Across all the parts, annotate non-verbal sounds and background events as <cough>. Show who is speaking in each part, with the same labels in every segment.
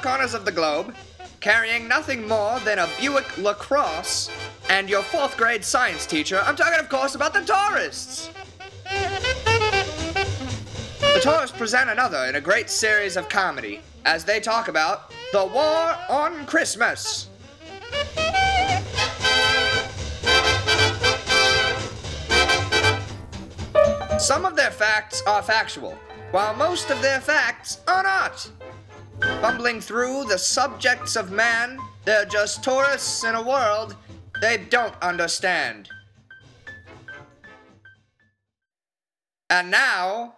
Speaker 1: corners of the globe, carrying nothing more than a Buick LaCrosse, and your fourth grade science teacher. I'm talking, of course, about the tourists. The tourists present another in a great series of comedy as they talk about the war on Christmas. Some of their facts are factual, while most of their facts are not. Bumbling through the subjects of man, they're just tourists in a world they don't understand. And now,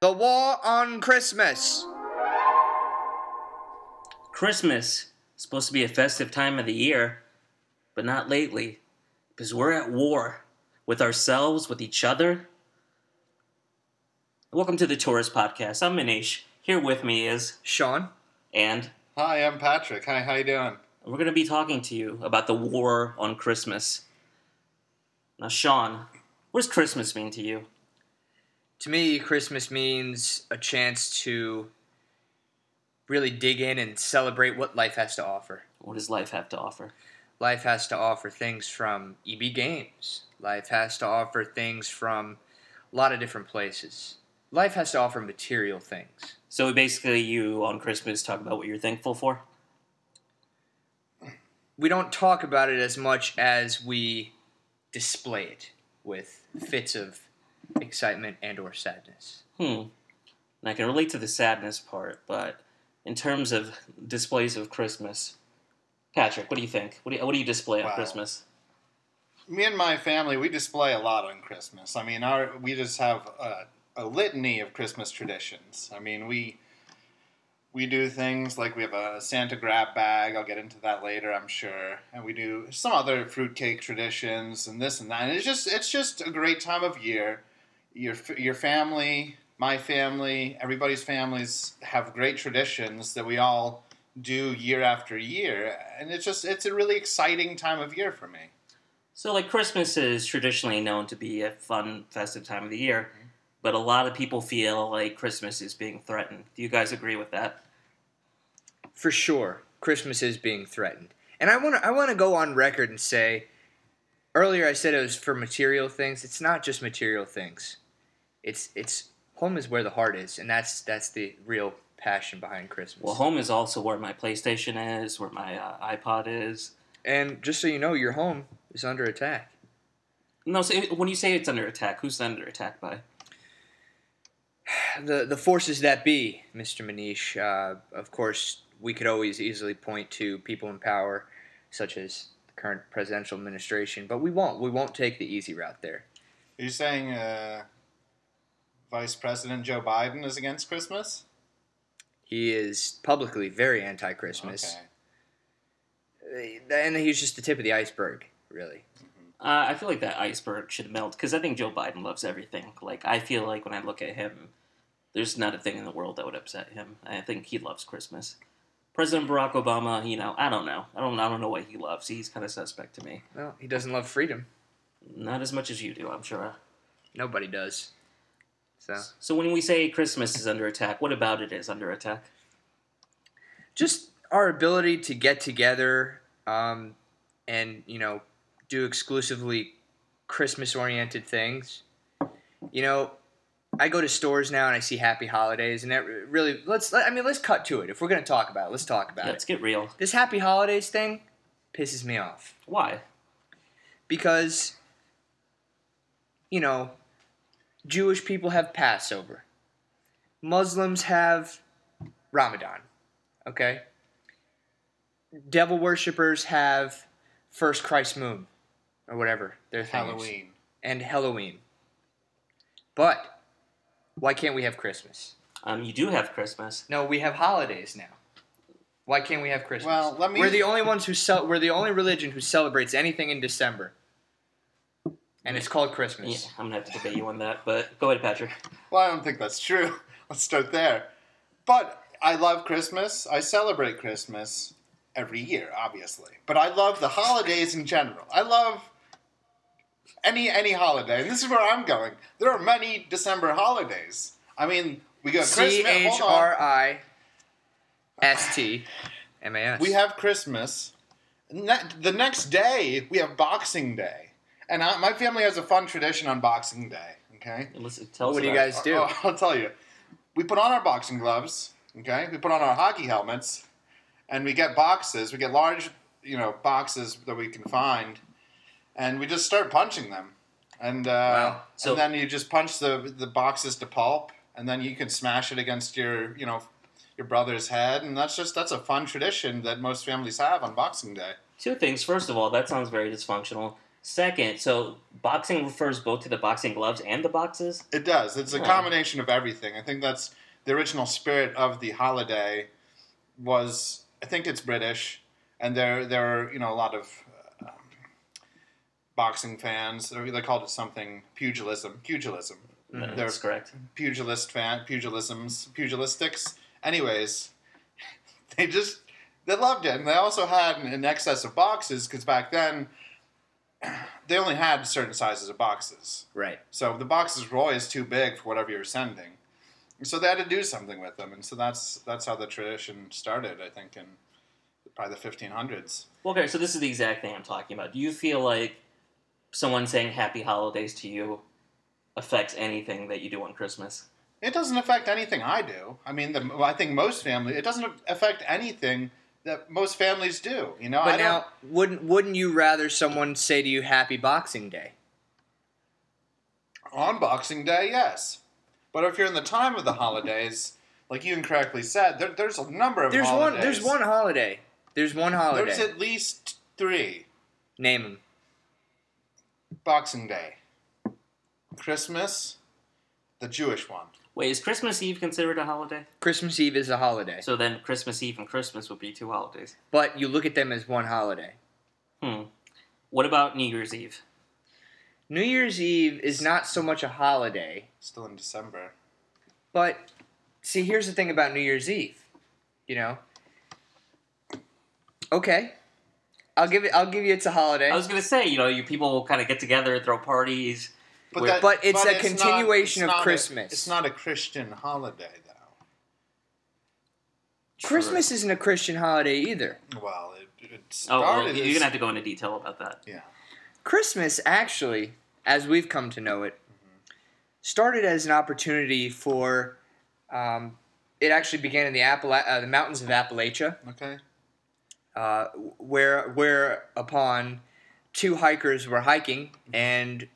Speaker 1: the war on Christmas.
Speaker 2: Christmas is supposed to be a festive time of the year, but not lately, because we're at war with ourselves, with each other. Welcome to the Tourist Podcast. I'm Manish. Here with me is,
Speaker 1: Sean?
Speaker 2: and
Speaker 3: Hi, I'm Patrick. Hi, how you doing?
Speaker 2: we're going to be talking to you about the war on Christmas. Now, Sean, what does Christmas mean to you?
Speaker 1: to me, Christmas means a chance to really dig in and celebrate what life has to offer.
Speaker 2: What does life have to offer?
Speaker 1: Life has to offer things from EB Games. Life has to offer things from a lot of different places. Life has to offer material things.
Speaker 2: So basically, you on Christmas talk about what you're thankful for.
Speaker 1: We don't talk about it as much as we display it with fits of excitement and or sadness.
Speaker 2: Hmm. And I can relate to the sadness part, but in terms of displays of Christmas, Patrick, what do you think? What do you, what do you display on
Speaker 3: Wow.
Speaker 2: Christmas?
Speaker 3: Me and my family, we display a lot on Christmas. I mean, our we just have a, a litany of Christmas traditions. I mean, we we do things like we have a Santa grab bag. I'll get into that later, I'm sure. And we do some other fruitcake traditions and this and that. And it's just it's just a great time of year. Your f- your family, my family, everybody's families have great traditions that we all do year after year. And it's just it's a really exciting time of year for me.
Speaker 2: So, like Christmas is traditionally known to be a fun, festive time of the year, but a lot of people feel like Christmas is being threatened. Do you guys agree with that?
Speaker 1: for sure christmas is being threatened and i want to i want to go on record and say earlier i said it was for material things it's not just material things it's it's home is where the heart is and that's that's the real passion behind christmas
Speaker 2: Well, home is also where my PlayStation is, where my uh, iPod is.
Speaker 1: and just so you know your home is under attack
Speaker 2: No, so when you say it's under attack, who's under attack by?
Speaker 1: the the forces that be, Mr. Manish. Uh, of course, we could always easily point to people in power, such as the current presidential administration, but we won't. We won't take the easy route there.
Speaker 3: Are you saying uh, Vice President Joe Biden is against Christmas?
Speaker 1: He is publicly very anti-Christmas,
Speaker 3: Okay.
Speaker 1: Uh, and he's just the tip of the iceberg, really.
Speaker 2: Uh, I feel like that iceberg should melt because I think Joe Biden loves everything. Like I feel like when I look at him, there's not a thing in the world that would upset him. I think he loves Christmas. President Barack Obama, you know, I don't know. I don't. I don't know what he loves. He's kind of suspect to me.
Speaker 1: Well, he doesn't love freedom.
Speaker 2: Not as much as you do, I'm sure.
Speaker 1: Nobody does. So
Speaker 2: So when we say Christmas is under attack, what about it is under attack?
Speaker 1: just our ability to get together um, and you know do exclusively christmas oriented things you know i go to stores now and i see happy holidays and that re- really let's let, i mean let's cut to it if we're going to talk about it let's talk about
Speaker 2: Let's
Speaker 1: it
Speaker 2: get real.
Speaker 1: this happy holidays thing pisses me off
Speaker 2: Why?
Speaker 1: because you know jewish people have passover muslims have ramadan okay devil worshippers have first christ moon or whatever their thing is.
Speaker 3: Halloween.
Speaker 1: and halloween but why can't we have christmas
Speaker 2: Um, you do have Christmas.
Speaker 1: no we have holidays now why can't we have christmas
Speaker 3: Well, let me-
Speaker 1: we're the only ones who cel- we're the only religion who celebrates anything in december and it's called
Speaker 2: Yeah,
Speaker 1: christmas
Speaker 2: I'm gonna have to debate you on that, but go ahead, Patrick.
Speaker 3: Well, I don't think that's true. <laughs> Let's start there. But I love Christmas. I celebrate Christmas every year, obviously. But I love the holidays in general. I love any any holiday. And this is where I'm going. There are many December holidays. I mean, we got
Speaker 1: C
Speaker 3: Christmas.
Speaker 1: H
Speaker 3: Hold on.
Speaker 1: R I S T M A S.
Speaker 3: We have Christmas. Ne- the next day, we have Boxing Day. And I, my family has a fun tradition on Boxing Day, okay?
Speaker 2: Listen, tell us
Speaker 1: What do you
Speaker 2: about
Speaker 1: guys do?
Speaker 3: Oh, I'll tell you. We put on our boxing gloves, okay? We put on our hockey helmets, and we get boxes. We get large, you know, boxes that we can find, and we just start punching them. And uh,
Speaker 1: Wow.
Speaker 2: So-
Speaker 3: and then you just punch the the boxes to pulp, and then you can smash it against your, you know, your brother's head, and that's just that's a fun tradition that most families have on Boxing Day.
Speaker 2: Two things. First of all, that sounds very dysfunctional. Second, so boxing refers both to the boxing gloves and the boxes.
Speaker 3: It does. It's a
Speaker 2: Yeah.
Speaker 3: combination of everything. I think that's the original spirit of the holiday. Was I think it's British, and there there are you know a lot of um, boxing fans. Or they called it something pugilism. Pugilism.
Speaker 1: Mhm.
Speaker 2: Mm-hmm. That's correct.
Speaker 3: Mm-hmm. Pugilist fan. Pugilisms. Pugilistics. Anyways, <laughs> they just they loved it, and they also had an, an excess of boxes because back then <clears throat> they only had certain sizes of boxes.
Speaker 1: Right.
Speaker 3: So the boxes were always too big for whatever you were sending. And so they had to do something with them, and so that's that's how the tradition started, I think, in probably the 1500s.
Speaker 2: Well, okay, so this is the exact thing I'm talking about. Do you feel like someone saying happy holidays to you affects anything that you do on Christmas?
Speaker 3: It doesn't affect anything I do. I mean, the, well, I think most families it doesn't affect anything that most families do. You know, I
Speaker 1: But
Speaker 3: don't-
Speaker 1: now, wouldn't wouldn't you rather someone say to you Happy Boxing Day?
Speaker 3: on Boxing Day, yes, but if you're in the time of the holidays, like you incorrectly said, there, there's a number of
Speaker 1: There's
Speaker 3: holidays.
Speaker 1: one. There's one holiday. There's one holiday.
Speaker 3: There's at least three.
Speaker 1: Name them.
Speaker 3: Boxing Day, Christmas, the Jewish one.
Speaker 2: Wait, is Christmas Eve considered a holiday?
Speaker 1: Christmas Eve is a holiday,
Speaker 2: So then Christmas Eve and Christmas would be two holidays.
Speaker 1: but you look at them as one holiday.
Speaker 2: Hmm. What about New Year's Eve?
Speaker 1: New Year's Eve is not so much a holiday,
Speaker 3: Still in December.
Speaker 1: but see, here's the thing about New Year's Eve. You know. Okay, I'll give it. I'll give you. It's a holiday.
Speaker 2: I was gonna say, you know, you people will kind of get together, throw parties. But
Speaker 3: that-
Speaker 1: But it's a
Speaker 3: not-
Speaker 1: continuation of
Speaker 3: not a-
Speaker 1: Christmas.
Speaker 3: it's not a Christian holiday, though.
Speaker 1: Christmas isn't a Christian holiday either.
Speaker 3: Well, it, it started.
Speaker 2: Oh, well, you're
Speaker 3: as-
Speaker 2: gonna have to go into detail about that.
Speaker 3: yeah.
Speaker 1: Christmas, actually, as we've come to know it,
Speaker 2: Mm-hmm.
Speaker 1: started as an opportunity for. Um, it actually began in the Appala- uh, the mountains of Appalachia,
Speaker 3: Okay.
Speaker 1: uh, where whereupon two hikers were hiking and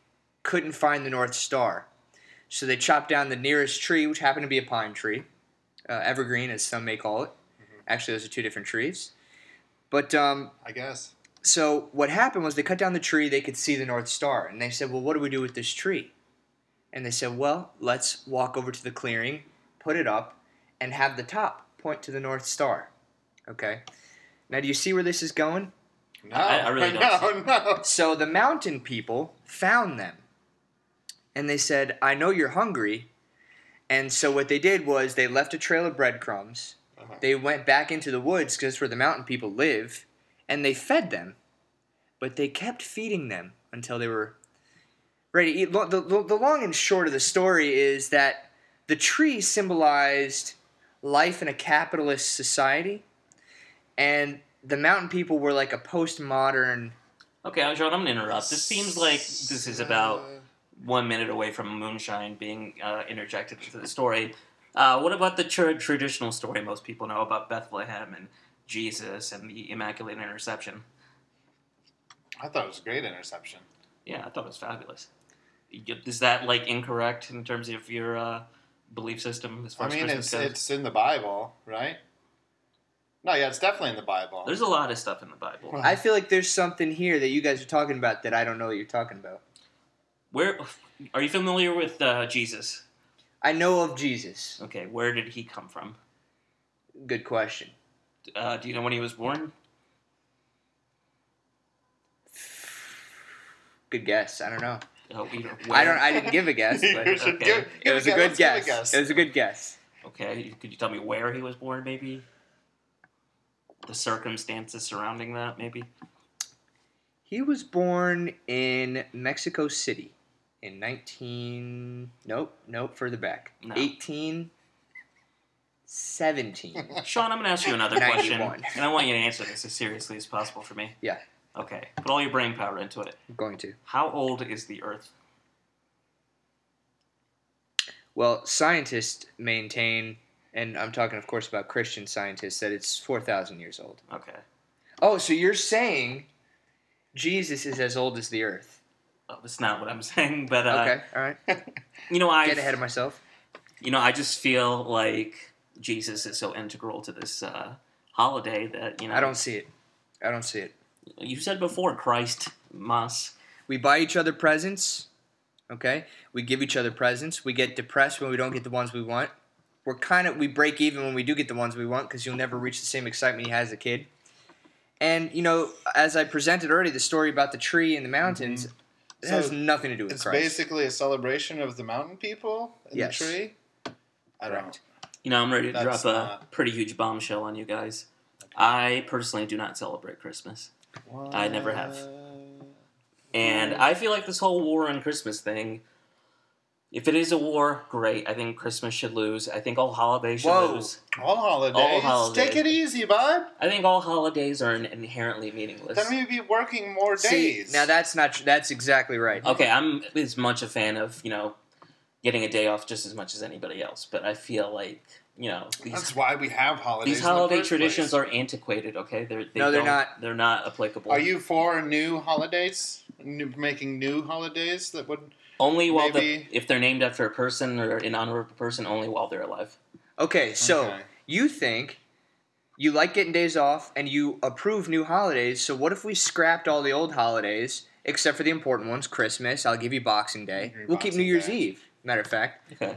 Speaker 1: couldn't find the North Star, so they chopped down the nearest tree, which happened to be a pine tree, uh, evergreen as some may call it. Actually, those are two different trees, but um,
Speaker 3: I guess.
Speaker 1: so what happened was they cut down the tree, they could see the North Star, and they said, "Well, what do we do with this tree?" And they said, "Well, let's walk over to the clearing, put it up, and have the top point to the North Star." Okay. Now, do you see where this is going?
Speaker 3: No,
Speaker 2: I- I
Speaker 3: <laughs>
Speaker 2: really don't
Speaker 3: No, no.
Speaker 1: So the mountain people found them. And they said, "I know you're hungry." And so what they did was they left a trail of breadcrumbs.
Speaker 3: Uh-huh.
Speaker 1: They went back into the woods because that's where the mountain people live, and they fed them, but they kept feeding them until they were ready to eat. Lo- The, the, the long and short of the story is that the tree symbolized life in a capitalist society, and the mountain people were like a postmodern.
Speaker 2: Okay, John, I'm gonna interrupt. Uh, This seems like this is about
Speaker 3: Uh,
Speaker 2: one minute away from moonshine being uh, interjected into the story. Uh, what about the tr- traditional story most people know about Bethlehem and Jesus and the Immaculate Interception?
Speaker 3: I thought it was a great interception.
Speaker 2: Yeah, I thought it was fabulous. Y- Is that like incorrect in terms of your uh, belief system as far
Speaker 3: I
Speaker 2: as
Speaker 3: mean, it's
Speaker 2: Christmas goes?
Speaker 3: it's in the Bible, right? No, yeah, it's definitely in the Bible.
Speaker 2: There's a lot of stuff in the Bible.
Speaker 1: I feel like there's something here that you guys are talking about that I don't know what you're talking about.
Speaker 2: Where are you familiar with uh, Jesus?
Speaker 1: I know of Jesus.
Speaker 2: Okay, where did he come from?
Speaker 1: Good question.
Speaker 2: Uh, do you know when he was born?
Speaker 1: Good guess. I don't know.
Speaker 2: Oh, you know,
Speaker 1: I don't. I didn't give a guess,
Speaker 3: <laughs> You
Speaker 1: but
Speaker 3: should
Speaker 2: okay.
Speaker 3: give-
Speaker 1: it
Speaker 3: give
Speaker 1: was
Speaker 3: a
Speaker 1: a good
Speaker 3: guess,
Speaker 1: guess.
Speaker 3: let's give a guess.
Speaker 1: It was a good guess.
Speaker 2: Okay, could you tell me where he was born, maybe? The circumstances surrounding that, maybe?
Speaker 1: He was born in Mexico City in 19. Nope, nope. Further back.
Speaker 2: No.
Speaker 1: 18.
Speaker 3: <laughs>
Speaker 1: 17.
Speaker 2: Sean, I'm going to ask you another question,
Speaker 1: 91.
Speaker 2: and I want you to answer this as seriously as possible for me.
Speaker 1: Yeah.
Speaker 2: Okay. Put all your brain power into it.
Speaker 1: I'm going to.
Speaker 2: How old is the Earth?
Speaker 1: Well, scientists maintain, and I'm talking, of course, about Christian scientists, that it's 4,000 years old.
Speaker 2: Okay.
Speaker 1: Oh, so you're saying Jesus is as old as the earth?
Speaker 2: Well, that's not what I'm <laughs> saying, but uh,
Speaker 1: Okay, all
Speaker 3: <laughs>
Speaker 1: right. <laughs>
Speaker 2: you know, I
Speaker 1: Get ahead of myself.
Speaker 2: you know, I just feel like Jesus is so integral to this uh, holiday that you know.
Speaker 1: I don't see it. I don't see it.
Speaker 2: You said before Christ mas.
Speaker 1: We buy each other presents. Okay, we give each other presents. We get depressed when we don't get the ones we want. We're kind of we break even when we do get the ones we want because you'll never reach the same excitement you had as a kid. And you know, as I presented already, the story about the tree and the mountains it
Speaker 3: Mm-hmm. So,
Speaker 1: has nothing to do with
Speaker 3: It's
Speaker 1: Christ.
Speaker 3: basically a celebration of the mountain people in
Speaker 1: Yes.
Speaker 3: the tree. I don't.
Speaker 1: Correct.
Speaker 2: You know, I'm ready to
Speaker 3: That's
Speaker 2: drop a
Speaker 3: not-
Speaker 2: pretty huge bombshell on you guys. I personally do not celebrate Christmas. I never have. And I feel like this whole war on Christmas thing, if it is a war, great. I think Christmas should lose. I think all holidays should
Speaker 1: Whoa.
Speaker 2: lose.
Speaker 3: All holidays.
Speaker 2: All holidays.
Speaker 3: Take it easy, bud.
Speaker 2: I think all holidays are inherently meaningless.
Speaker 3: Then we'd be working more
Speaker 1: See,
Speaker 3: days.
Speaker 1: now that's not tr- that's exactly right.
Speaker 2: okay, I'm as much a fan of, you know, getting a day off just as much as anybody else, but I feel like, you know,
Speaker 3: that's
Speaker 2: these,
Speaker 3: why we have holidays.
Speaker 2: these holiday traditions are antiquated, okay? They're, they
Speaker 1: No, they're
Speaker 2: don't-
Speaker 1: not.
Speaker 2: They're not applicable.
Speaker 3: Are you for new holidays? New, making new holidays that would.
Speaker 2: Only while
Speaker 3: Maybe-
Speaker 2: the if they're named after a person or in honor of a person, only while they're alive.
Speaker 1: Okay, so
Speaker 3: Okay.
Speaker 1: you think you like getting days off and you approve new holidays, so what if we scrapped all the old holidays except for the important ones, Christmas, I'll give you Boxing Day.
Speaker 3: Give you
Speaker 1: We'll keep
Speaker 3: Boxing
Speaker 1: New Year's
Speaker 3: Day.
Speaker 1: Eve, matter of fact.
Speaker 2: Okay.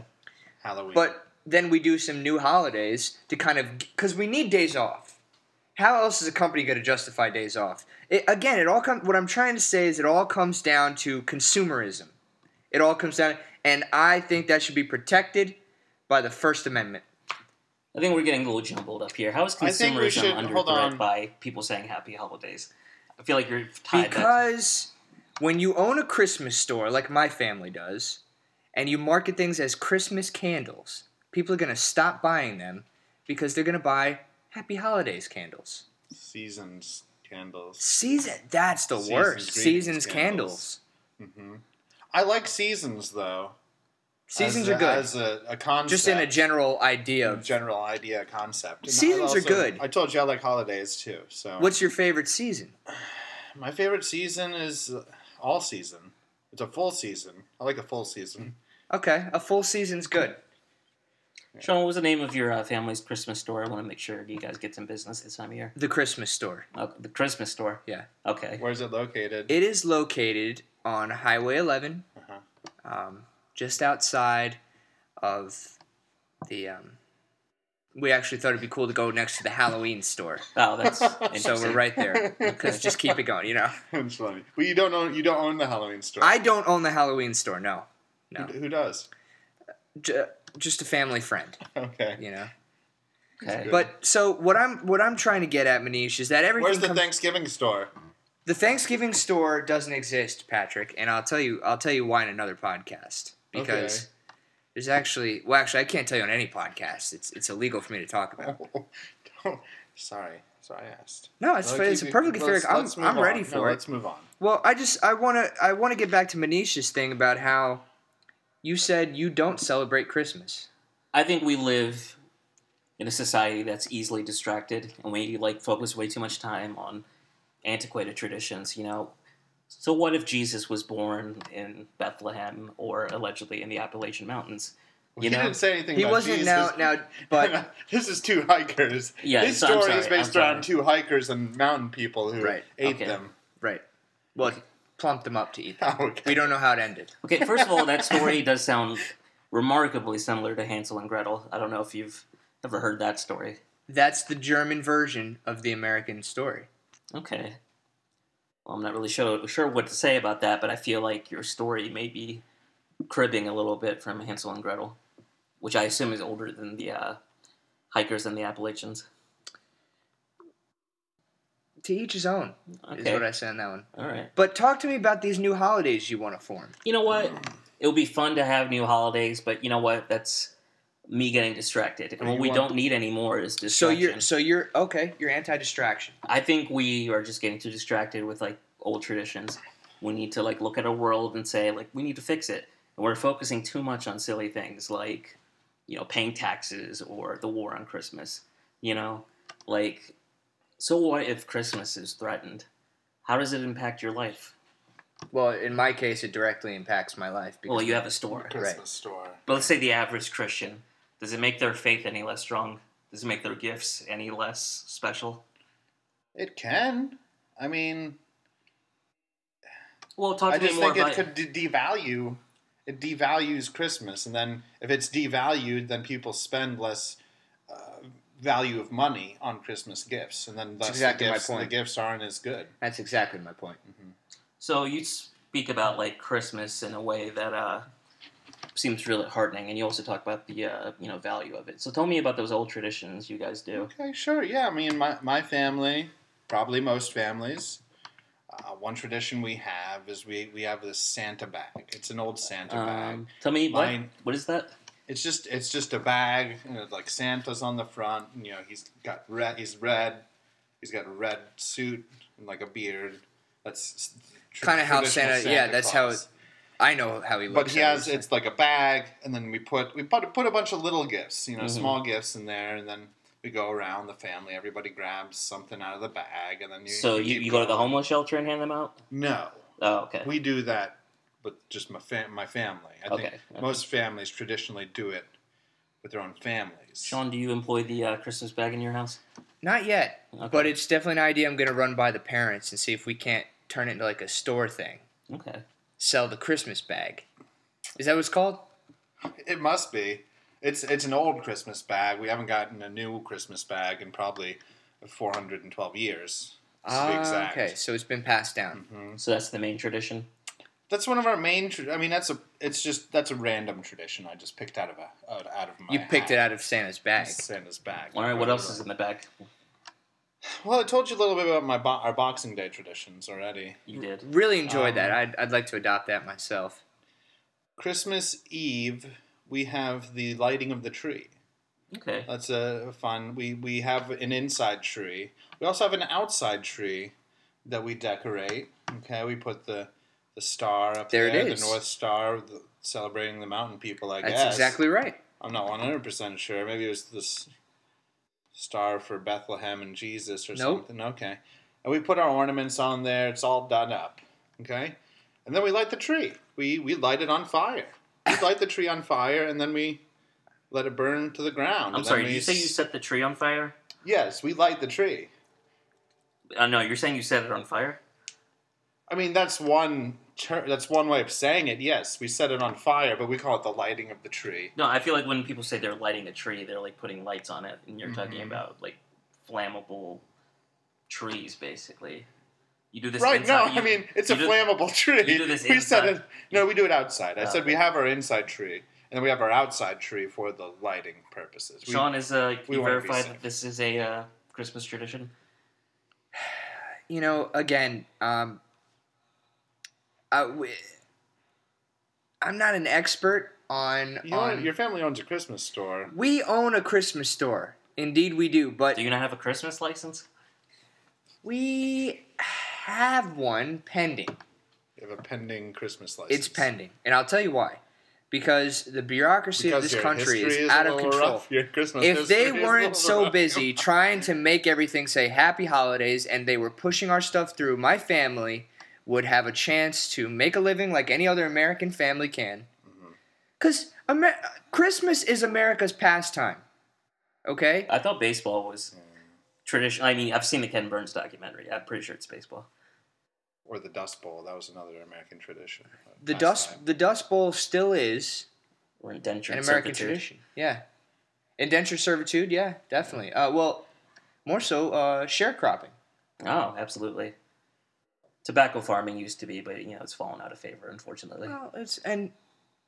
Speaker 3: Halloween.
Speaker 1: But then we do some new holidays to kind of cuz we need days off. How else is a company going to justify days off? It, again, it all comes what I'm trying to say is it all comes down to consumerism. It all comes down and I think that should be protected by the first amendment.
Speaker 2: I think we're getting a little jumbled up here. How is
Speaker 3: I think we
Speaker 2: consumerism
Speaker 3: should-
Speaker 2: under
Speaker 3: hold
Speaker 2: threat
Speaker 3: on.
Speaker 2: by people saying happy holidays? I feel like you're tied back.
Speaker 1: Because when you own a Christmas store, like my family does, and you market things as Christmas candles, people are going to stop buying them because they're going to buy Happy Holidays candles.
Speaker 3: seasons candles.
Speaker 1: Season, that's the
Speaker 3: Seasons
Speaker 1: worst.
Speaker 3: greetings
Speaker 1: Seasons candles.
Speaker 3: candles. hmm I like seasons though.
Speaker 1: Seasons
Speaker 3: as
Speaker 1: are
Speaker 3: a-
Speaker 1: good.
Speaker 3: as a, a concept.
Speaker 1: Just in a general idea of
Speaker 3: general idea concept. And I
Speaker 1: Seasons are
Speaker 3: also-
Speaker 1: good.
Speaker 3: I told you I like holidays too. So
Speaker 1: what's your favorite season?
Speaker 3: my favorite season is uh, all season. It's a full season. I like a full season.
Speaker 1: Okay, a full season's good.
Speaker 2: Sean, what was the name of your uh, family's Christmas store? I want to make sure you guys get some business this time of year.
Speaker 1: The Christmas store.
Speaker 2: Oh, the Christmas store.
Speaker 1: Yeah.
Speaker 2: Okay.
Speaker 3: Where's it located?
Speaker 1: It is located on Highway 11,
Speaker 3: Uh-huh.
Speaker 1: um, just outside of the. Um, we actually thought it'd be cool to go next to the Halloween store,
Speaker 2: Oh,
Speaker 1: <laughs>
Speaker 2: that's
Speaker 1: so
Speaker 2: interesting.
Speaker 1: we're right
Speaker 3: <laughs>
Speaker 1: there. Because just keep it going, you know.
Speaker 3: <laughs> It's funny. Well, you don't own you don't own the Halloween store.
Speaker 1: I don't own the Halloween store. No,
Speaker 3: who,
Speaker 1: no,
Speaker 3: who does?
Speaker 1: J- just a family friend,
Speaker 3: Okay.
Speaker 1: you know.
Speaker 2: Okay.
Speaker 1: But so what I'm what I'm trying to get at, Manish, is that everything.
Speaker 3: Where's the
Speaker 1: comes-
Speaker 3: Thanksgiving store? <laughs>
Speaker 1: The Thanksgiving store doesn't exist, Patrick, and I'll tell you I'll tell you why in another podcast because
Speaker 3: Okay.
Speaker 1: there's actually well actually I can't tell you on any podcast. It's it's illegal for me to talk about.
Speaker 3: Don't- sorry, sorry, I asked.
Speaker 1: No, it's
Speaker 3: Well,
Speaker 1: it's
Speaker 3: keep-
Speaker 1: perfectly fair.
Speaker 3: let's-
Speaker 1: I'm,
Speaker 3: let's move
Speaker 1: I'm
Speaker 3: on.
Speaker 1: ready
Speaker 3: No,
Speaker 1: for it.
Speaker 3: Let's move on.
Speaker 1: Well, I just I want to I want to get back to Manisha's thing about how you said you don't celebrate Christmas.
Speaker 2: I think we live in a society that's easily distracted, and we like focus way too much time on antiquated traditions. You know, so what if Jesus was born in Bethlehem or allegedly in the Appalachian Mountains?
Speaker 3: Well,
Speaker 2: You
Speaker 3: he
Speaker 2: know,
Speaker 3: didn't say anything.
Speaker 1: He
Speaker 3: about
Speaker 1: wasn't
Speaker 3: Jesus.
Speaker 1: now
Speaker 3: <laughs>
Speaker 1: now but
Speaker 3: this is two hikers.
Speaker 2: Yeah,
Speaker 3: His
Speaker 2: so I'm
Speaker 3: story is
Speaker 2: sorry,
Speaker 3: based
Speaker 2: I'm
Speaker 3: around two hikers and mountain people who
Speaker 1: Right,
Speaker 3: ate
Speaker 2: okay.
Speaker 3: them. <laughs>
Speaker 1: right. Well, plumped them up to eat. Them.
Speaker 3: Okay.
Speaker 1: We don't know how it ended.
Speaker 2: Okay, first of all, that story does sound remarkably similar to Hansel and Gretel. I don't know if you've ever heard that story.
Speaker 1: That's the German version of the American story.
Speaker 2: Okay. Well, I'm not really sure, sure what to say about that, but I feel like your story may be cribbing a little bit from Hansel and Gretel, which I assume is older than the uh, hikers and the Appalachians.
Speaker 1: To each his own is
Speaker 2: Okay.
Speaker 1: what I say on that one.
Speaker 2: All right.
Speaker 1: But talk to me about these new holidays you want to form.
Speaker 2: You know what? It'll be fun to have new holidays, but you know what? That's me getting distracted. And
Speaker 1: Or
Speaker 2: what
Speaker 1: you
Speaker 2: we
Speaker 1: want-
Speaker 2: don't need anymore is
Speaker 1: So
Speaker 2: distraction.
Speaker 1: you're so you're okay. You're anti-distraction.
Speaker 2: I think we are just getting too distracted with like old traditions. We need to like look at our world and say like we need to fix it. And we're focusing too much on silly things like, you know, paying taxes or the war on Christmas. You know, like, so what if Christmas is threatened? How does it impact your life?
Speaker 1: Well, in my case, it directly impacts my life.
Speaker 2: Well, you have a store.
Speaker 3: Christmas
Speaker 1: Right.
Speaker 3: store.
Speaker 2: But let's say the average Christian. Does it make their faith any less strong? Does it make their gifts any less special?
Speaker 3: It can. I mean,
Speaker 2: Well, talk to
Speaker 3: I
Speaker 2: me
Speaker 3: just
Speaker 2: more
Speaker 3: think
Speaker 2: about
Speaker 3: it could de- devalue. It devalues Christmas, and then if it's devalued, then people spend less uh, value of money on Christmas gifts, and then thus
Speaker 1: exactly
Speaker 3: the,
Speaker 1: my
Speaker 3: gifts, the
Speaker 1: point.
Speaker 3: gifts aren't as good.
Speaker 1: That's exactly my point.
Speaker 2: So you speak about like Christmas in a way that uh, seems really heartening, and you also talk about the uh, you know value of it. So tell me about those old traditions you guys do.
Speaker 3: Okay, sure. Yeah, I mean, my, my family, probably most families, uh, one tradition we have is we, we have this Santa bag. It's an old Santa bag.
Speaker 2: Um, tell me what,
Speaker 3: Mine-
Speaker 2: what is that?
Speaker 3: It's just it's just a bag, you know, like Santa's on the front. And, you know, he's got red. He's red. He's got a red suit and like a beard. That's tr-
Speaker 1: Kinda how
Speaker 3: traditional
Speaker 1: Santa- yeah, that's how
Speaker 3: Claus.
Speaker 1: I know how he looks.
Speaker 3: But he has
Speaker 1: obviously.
Speaker 3: it's like a bag, and then we put we put put a bunch of little gifts, you know,
Speaker 2: Mhm.
Speaker 3: small gifts in there, and then we go around the family. Everybody grabs something out of the bag, and then you.
Speaker 2: So you,
Speaker 3: keep
Speaker 2: you go to the
Speaker 3: going.
Speaker 2: homeless shelter and hand them out?
Speaker 3: No,
Speaker 2: Oh, okay.
Speaker 3: we do that, but just my fam- my family. I
Speaker 2: Okay,
Speaker 3: think
Speaker 2: okay.
Speaker 3: most families traditionally do it with their own families.
Speaker 2: Sean, do you employ the uh, Christmas bag in your house?
Speaker 1: not yet,
Speaker 2: Okay.
Speaker 1: but it's definitely an idea I'm going to run by the parents and see if we can't turn it into like a store thing.
Speaker 2: okay.
Speaker 3: Mm-hmm.
Speaker 1: Sell the Christmas bag. Is that what it's called?
Speaker 3: It must be. It's it's an old Christmas bag. We haven't gotten a new Christmas bag in probably 412 years. To be
Speaker 1: Ah,
Speaker 3: exact.
Speaker 1: okay, so it's been passed down.
Speaker 2: So that's the main tradition.
Speaker 3: That's one of our main. Tra- I mean, that's a. It's just that's a random tradition I just picked out of a out, out of my.
Speaker 1: You picked it out of Santa's bag.
Speaker 3: Santa's bag.
Speaker 2: All right. What else is in the bag?
Speaker 3: Well, I told you a little bit about my bo- our Boxing Day traditions already.
Speaker 2: You did.
Speaker 1: Really enjoyed
Speaker 3: Um,
Speaker 1: that. I'd, I'd like to adopt that myself.
Speaker 3: Christmas Eve, we have the lighting of the tree. Mm-hmm.
Speaker 2: Okay.
Speaker 3: That's a fun. We we have an inside tree. We also have an outside tree that we decorate. Okay, we put the the star up
Speaker 1: There
Speaker 3: there.
Speaker 1: it is.
Speaker 3: The North Star, the, celebrating the mountain people. I
Speaker 1: That's
Speaker 3: guess
Speaker 1: exactly right.
Speaker 3: I'm not 100 percent sure. Maybe it was this star for Bethlehem and Jesus or
Speaker 1: Nope.
Speaker 3: something. Okay, and we put our ornaments on there. It's all done up. Okay, and then we light the tree. We we light it on fire. We light the tree on fire, and then we. Let it burn to the ground.
Speaker 2: I'm
Speaker 3: and then
Speaker 2: sorry.
Speaker 3: we
Speaker 2: Did you say you
Speaker 3: s-
Speaker 2: set the tree on fire?
Speaker 3: Yes, we light the tree.
Speaker 2: Uh, no, you're saying you set it on fire.
Speaker 3: I mean, that's one ter- that's one way of saying it. Yes, we set it on fire, but we call it the lighting of the tree.
Speaker 2: No, I feel like when people say they're lighting a tree, they're like putting lights on it, and you're talking
Speaker 3: Mhm.
Speaker 2: about like flammable trees, basically. You do this
Speaker 3: right? No,
Speaker 2: inside-
Speaker 3: I
Speaker 2: you-
Speaker 3: mean it's
Speaker 2: you
Speaker 3: a
Speaker 2: do-
Speaker 3: flammable <laughs> tree.
Speaker 2: you do this
Speaker 3: we set
Speaker 2: inside?
Speaker 3: it. No, we do it outside.
Speaker 2: Oh,
Speaker 3: I said we
Speaker 2: okay.
Speaker 3: have our inside tree, and then we have our outside tree for the lighting purposes. We,
Speaker 2: Sean is uh,
Speaker 3: we
Speaker 2: you
Speaker 3: wanna be
Speaker 2: verified
Speaker 3: safe.
Speaker 2: that this is a uh, Christmas tradition.
Speaker 1: you know, again, um, I, w- I'm not an expert on
Speaker 3: you own-
Speaker 1: on.
Speaker 3: your family owns a Christmas store.
Speaker 1: we own a Christmas store, indeed we do, but
Speaker 2: Do you not have a Christmas license?
Speaker 1: we have one pending.
Speaker 3: You have a pending Christmas license.
Speaker 1: It's pending, and I'll tell you why. Because the bureaucracy
Speaker 3: Because
Speaker 1: of this
Speaker 3: your
Speaker 1: country
Speaker 3: history
Speaker 1: is,
Speaker 3: a
Speaker 1: out of
Speaker 3: little
Speaker 1: control.
Speaker 3: rough. Your Christmas
Speaker 1: If they
Speaker 3: history is a <laughs>
Speaker 1: weren't
Speaker 3: little
Speaker 1: so
Speaker 3: rough.
Speaker 1: busy trying to make everything say happy holidays and they were pushing our stuff through, my family would have a chance to make a living like any other American family can. Because Amer- Christmas is America's pastime. Okay?
Speaker 2: I thought baseball was Mm. tradition. I mean, I've seen the Ken Burns documentary. I'm pretty sure it's baseball.
Speaker 3: or the Dust Bowl, that was another American tradition.
Speaker 1: The
Speaker 3: Last
Speaker 1: Dust
Speaker 3: time.
Speaker 1: the Dust Bowl still is
Speaker 2: Or indentured
Speaker 1: an American
Speaker 2: servitude.
Speaker 1: tradition. Yeah. Indentured servitude, yeah, definitely. Uh, well, more so uh, sharecropping.
Speaker 2: Oh, absolutely. Tobacco farming used to be, but you know it's fallen out of favor, unfortunately.
Speaker 1: Well, it's and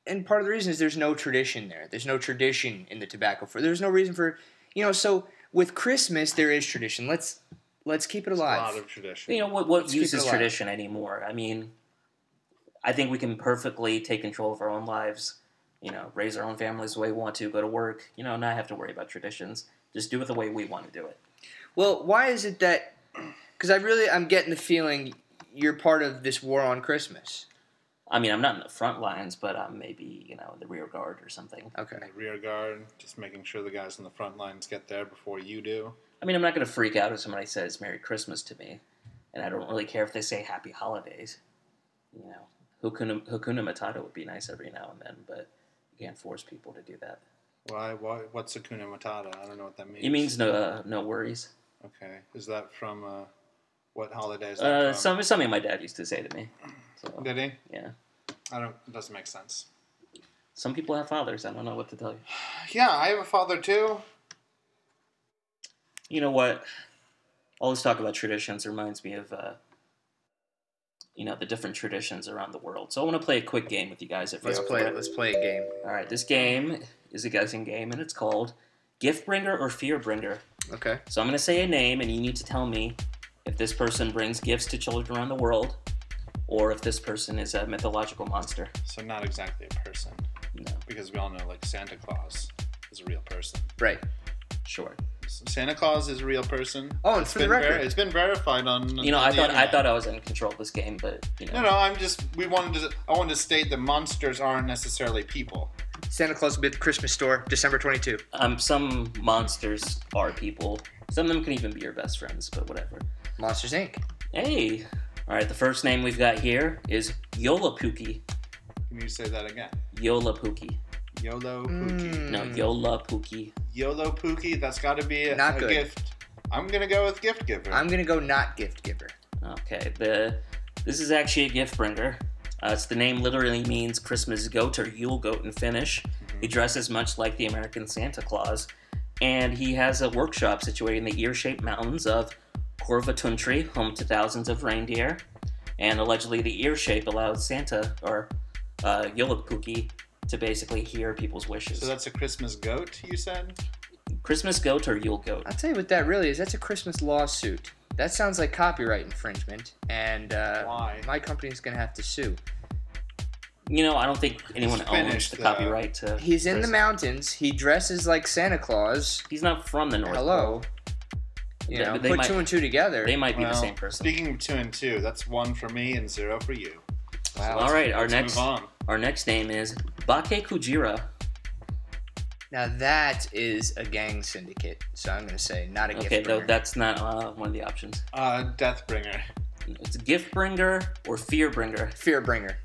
Speaker 1: and part of the reason is there's no tradition there. There's no tradition in the tobacco for. There's no reason for you know. So with Christmas, there is tradition. Let's let's keep it
Speaker 3: a
Speaker 1: alive.
Speaker 3: lot of tradition.
Speaker 2: you know what what
Speaker 1: Let's keep
Speaker 2: use
Speaker 1: it
Speaker 2: is
Speaker 1: alive.
Speaker 2: tradition anymore i mean i think we can perfectly take control of our own lives you know, raise our own families the way we want to, go to work, you know, not have to worry about traditions. Just do it the way we want to do it.
Speaker 1: Well, why is it that? Because I really, I'm getting the feeling you're part of this war on Christmas.
Speaker 2: I mean, I'm not in the front lines, but I'm maybe, you know, in the rear guard or something.
Speaker 1: Okay.
Speaker 3: The rear guard, just making sure the guys in the front lines get there before you do.
Speaker 2: I mean, I'm not going to freak out if somebody says Merry Christmas to me, and I don't really care if they say Happy Holidays. You know, Hakuna, Hakuna Matata would be nice every now and then, but you can't force people to do that.
Speaker 3: Why? Why? What's Hakuna Matata? I don't know what that means.
Speaker 2: It means no uh, no worries.
Speaker 3: Okay, is that from uh, what holiday is that
Speaker 2: Uh,
Speaker 3: from?
Speaker 2: some, something my dad used to say to me. So,
Speaker 3: Did he?
Speaker 2: yeah.
Speaker 3: I don't. It doesn't make sense.
Speaker 2: Some people have fathers. I don't know what to tell you.
Speaker 3: Yeah, I have a father too.
Speaker 2: You know what? All this talk about traditions reminds me of, uh, you know, the different traditions around the world. So I want to play a quick game with you guys. If
Speaker 1: Let's
Speaker 2: you're up
Speaker 1: play.
Speaker 2: for it.
Speaker 1: Let's play a game.
Speaker 2: All right, this game is a guessing game, and it's called Gift Bringer or Fear Bringer.
Speaker 1: Okay.
Speaker 2: So I'm going to say a name, and you need to tell me if this person brings gifts to children around the world, or if this person is a mythological monster.
Speaker 3: So not exactly a person,
Speaker 2: No,
Speaker 3: because we all know like Santa Claus is a real person.
Speaker 1: Right.
Speaker 2: sure.
Speaker 3: S- Santa Claus is a real person.
Speaker 1: Oh, and for the
Speaker 3: been ver-
Speaker 1: record,
Speaker 3: it's been verified on.
Speaker 2: You know,
Speaker 3: on
Speaker 2: I
Speaker 3: the
Speaker 2: thought I
Speaker 3: internet.
Speaker 2: thought I was in control of this game, but you know,
Speaker 3: No, no. I'm just. We wanted to. I wanted to state that monsters aren't necessarily people.
Speaker 1: Santa Claus will be at the Christmas store, December 22.
Speaker 2: um, some monsters are people. Some of them can even be your best friends, but whatever.
Speaker 1: Monsters Inc.
Speaker 2: Hey, all right. The first name we've got here is Yolapuki.
Speaker 3: Can you say that again?
Speaker 2: Yolapuki.
Speaker 3: Yolo Pookie.
Speaker 1: Mm.
Speaker 2: No, Yolapuki.
Speaker 3: Yolo Pookie. That's got to be a,
Speaker 1: Not
Speaker 3: a
Speaker 1: good.
Speaker 3: gift. I'm gonna go with gift giver.
Speaker 1: I'm gonna go not gift giver.
Speaker 2: Okay, the this is actually a gift bringer. Uh, it's the name literally means Christmas goat or Yule goat in Finnish.
Speaker 3: Mm-hmm.
Speaker 2: He dresses much like the American Santa Claus, and he has a workshop situated in the ear-shaped mountains of Korvatuntri, home to thousands of reindeer. And allegedly, the ear shape allows Santa or uh, Yulapuki to basically hear people's wishes.
Speaker 3: so that's a Christmas goat. You said.
Speaker 2: Christmas goat or Yule goat?
Speaker 1: I'll tell you what that really is. That's a Christmas lawsuit. That sounds like copyright infringement, and uh,
Speaker 3: Why?
Speaker 1: my company's gonna have to sue.
Speaker 2: You know, I don't think anyone
Speaker 3: He's
Speaker 2: owns
Speaker 3: finished,
Speaker 2: the
Speaker 3: uh,
Speaker 2: copyright to.
Speaker 1: He's in the
Speaker 2: Christmas.
Speaker 1: mountains. He dresses like Santa Claus.
Speaker 2: He's not from the North Pole.
Speaker 1: Hello. You
Speaker 2: They-
Speaker 1: know,
Speaker 2: they
Speaker 1: put
Speaker 2: might-
Speaker 1: two and two together.
Speaker 2: They might be the
Speaker 3: Well,
Speaker 2: same person.
Speaker 3: Speaking of two and two, that's one for me and zero for you.
Speaker 2: Wow. All right, our
Speaker 3: let's
Speaker 2: next-
Speaker 3: Move on.
Speaker 2: Our next name is Bake Kujira.
Speaker 1: Now that is a gang syndicate, so I'm gonna say not a
Speaker 2: Okay,
Speaker 1: gift
Speaker 2: though
Speaker 1: bringer.
Speaker 2: that's not uh, one of the options.
Speaker 3: Uh, Deathbringer.
Speaker 2: It's gift bringer or fear bringer.
Speaker 1: Fear bringer.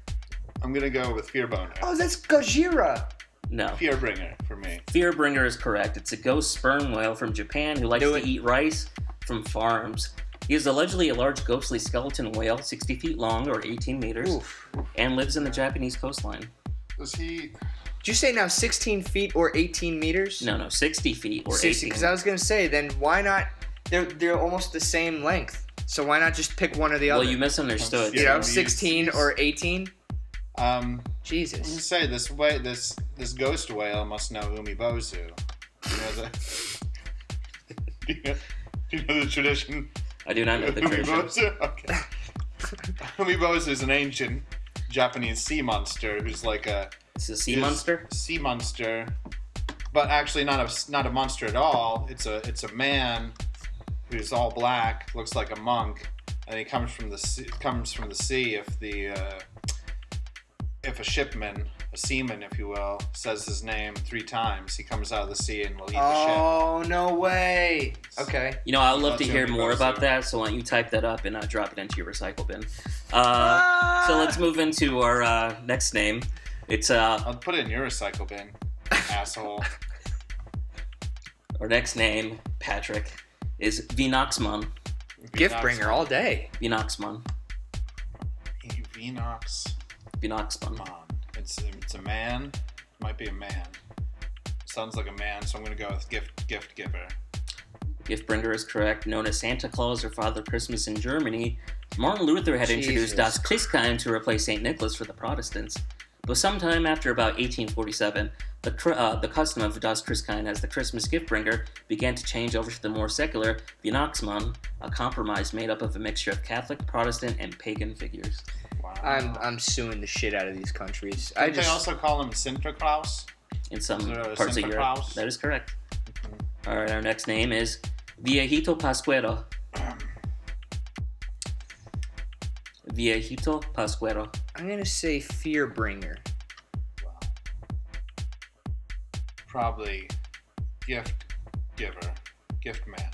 Speaker 3: I'm gonna go with Fearboner.
Speaker 1: Oh, that's Gojira.
Speaker 2: No,
Speaker 3: Fearbringer for me.
Speaker 2: fear bringer is correct. It's a ghost sperm whale from Japan who likes
Speaker 1: Knew
Speaker 2: to
Speaker 1: it.
Speaker 2: eat rice from farms. He is allegedly a large ghostly skeleton whale, 60 feet long or 18 meters,
Speaker 1: Oof.
Speaker 2: and lives in the Japanese coastline.
Speaker 3: Is he?
Speaker 1: Did you say now 16 feet or 18 meters?
Speaker 2: No, no, 60 feet or
Speaker 1: 60.
Speaker 2: 18.
Speaker 1: Because I was gonna say, then why not? They're they're almost the same length, so why not just pick one or the
Speaker 2: well,
Speaker 1: other? Oh,
Speaker 2: you misunderstood.
Speaker 1: you
Speaker 3: Yeah,
Speaker 1: know,
Speaker 3: you-
Speaker 1: 16 or 18.
Speaker 3: Um, I'm gonna
Speaker 1: Jesus.
Speaker 3: say this way. This this ghost whale must know Umibozu. You know the. <laughs> do, you know, do you know the tradition?
Speaker 2: I do not
Speaker 1: <laughs>
Speaker 2: know <laughs> the tradition.
Speaker 3: Umibozu. Okay. <laughs> Umibozu is an ancient Japanese sea monster who's like a
Speaker 2: It's a sea
Speaker 3: is
Speaker 2: monster?
Speaker 3: Sea monster, but actually not a not a monster at all. It's a it's a man who's all black, looks like a monk, and he comes from the sea, comes from the sea. If the uh, if a shipman, a seaman, if you will, says his name three times, he comes out of the sea and will eat the ship.
Speaker 1: Oh no way. Okay.
Speaker 2: You know, I'd love to
Speaker 3: That's
Speaker 2: hear
Speaker 3: gonna be
Speaker 2: more
Speaker 3: both
Speaker 2: about
Speaker 3: soon.
Speaker 2: that, so why don't you type that up and uh, drop it into your recycle bin. Uh, so
Speaker 1: Ah!
Speaker 2: let's move into our uh, next name. It's uh,
Speaker 3: I'll put it in your recycle bin, <laughs> asshole.
Speaker 2: our next name, Patrick, is Vinoxmon.
Speaker 1: gift bringer all day.
Speaker 2: Vinoxmon.
Speaker 3: Venox.
Speaker 2: Vinoxmon.
Speaker 3: Come on. It's it's a man. Might be a man. Sounds like a man, so I'm gonna go with gift gift giver.
Speaker 2: If Brenda is correct, known as Santa Claus or Father Christmas in Germany, Martin Luther had introduced
Speaker 1: Jesus.
Speaker 2: Das Christkind to replace St. Nicholas for the Protestants. But sometime after about 1847, the, cr- uh, the custom of Das Christkind as the Christmas gift bringer began to change over to the more secular Weihnachtsmann, a compromise made up of a mixture of Catholic, Protestant, and pagan figures.
Speaker 3: Wow.
Speaker 1: I'm I'm suing the shit out of these countries. I
Speaker 3: Don't they
Speaker 1: just
Speaker 3: also call him Sinterklaas?
Speaker 2: in some
Speaker 3: Is there a
Speaker 2: parts of
Speaker 3: Santa
Speaker 2: Europe.
Speaker 3: Claus? Mm-hmm.
Speaker 2: That is correct. All right, our next name is Viejito
Speaker 3: <clears throat>
Speaker 2: Pascuero. Viejito Pascuero.
Speaker 1: I'm gonna say fear bringer.
Speaker 3: Wow. Probably gift giver, gift man.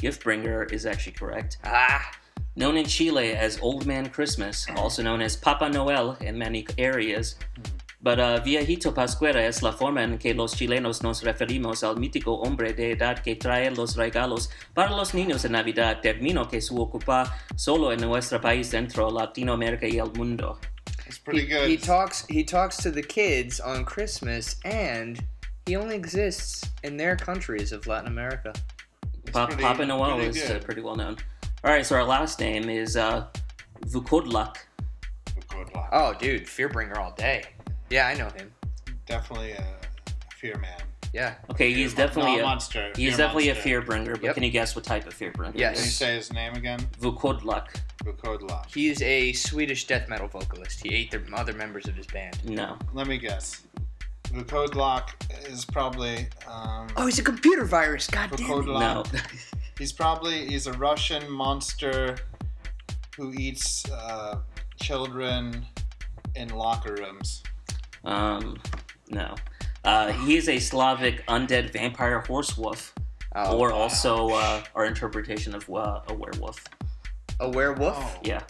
Speaker 2: Gift bringer is actually correct.
Speaker 1: Ah,
Speaker 2: Known in Chile as Old Man Christmas, also known as Papa Noel in many areas, but uh, Viejito Pascuera es la forma en que los chilenos nos referimos al mítico hombre de edad que trae los regalos para los niños en Navidad, término que se ocupa solo en nuestro país dentro Latinoamérica y el mundo.
Speaker 3: It's pretty
Speaker 1: he,
Speaker 3: good.
Speaker 1: He talks he talks to the kids on Christmas, and he only exists in their countries of Latin America.
Speaker 3: It's
Speaker 2: Pa-
Speaker 3: pretty-
Speaker 2: Papa Noel
Speaker 3: pretty
Speaker 2: is uh,
Speaker 3: good.
Speaker 2: pretty well known. All right, so our last name is uh, Vukodlak.
Speaker 3: Good luck.
Speaker 1: Oh, dude, fear bringer all day. Yeah, I know him.
Speaker 3: Definitely a fear man.
Speaker 1: Yeah.
Speaker 2: Okay, he's definitely
Speaker 3: Not
Speaker 2: a,
Speaker 3: monster.
Speaker 2: he is
Speaker 3: fear
Speaker 2: definitely
Speaker 3: monster.
Speaker 2: a fear bringer, but
Speaker 1: Yep.
Speaker 2: can you guess what type of fear bringer?
Speaker 1: Yes.
Speaker 3: Can you say his name again?
Speaker 2: Vukodlak.
Speaker 3: Vukodla.
Speaker 1: He's a Swedish death metal vocalist. He ate the other members of his band.
Speaker 2: No.
Speaker 3: Let me guess. Vukodlak is probably um,
Speaker 1: Oh, he's a computer virus. God damn it.
Speaker 3: Vukodlak. <laughs>
Speaker 2: No.
Speaker 3: He's probably he's a Russian monster who eats uh, children in locker rooms.
Speaker 2: um, no. Uh, he is a Slavic undead vampire horse wolf,
Speaker 1: Oh,
Speaker 2: or also uh, our interpretation of uh, a werewolf.
Speaker 1: a werewolf.
Speaker 3: Oh.
Speaker 2: Yeah,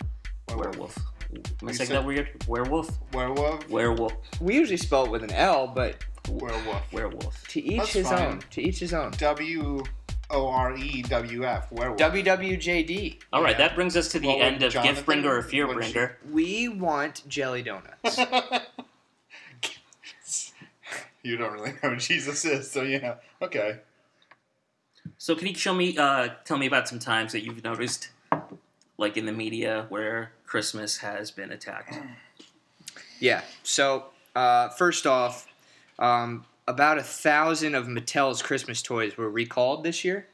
Speaker 2: werewolf.
Speaker 3: werewolf.
Speaker 2: Am I
Speaker 3: You
Speaker 2: saying
Speaker 3: said-
Speaker 2: that weird? Werewolf?
Speaker 3: Werewolf.
Speaker 2: Werewolf.
Speaker 1: We usually spell it with an L, but
Speaker 3: Werewolf.
Speaker 2: Werewolf.
Speaker 1: to each
Speaker 3: That's
Speaker 1: his
Speaker 3: fine.
Speaker 1: own. To each his own.
Speaker 3: W O R E W F. Werewolf.
Speaker 1: WWJD.
Speaker 2: All right,
Speaker 3: Yeah.
Speaker 2: that brings us to the
Speaker 3: Well,
Speaker 2: end of
Speaker 3: Jonathan,
Speaker 2: Gift Bringer or Fear
Speaker 3: what'd you-
Speaker 2: Bringer.
Speaker 1: We want jelly donuts.
Speaker 3: <laughs> you don't really know what Jesus is, so yeah. Okay.
Speaker 2: So, can you show me, uh, tell me about some times that you've noticed, like in the media, where Christmas has been attacked?
Speaker 3: <clears throat>
Speaker 1: yeah. So, uh, first off, um, about a thousand of Mattel's Christmas toys were recalled this year.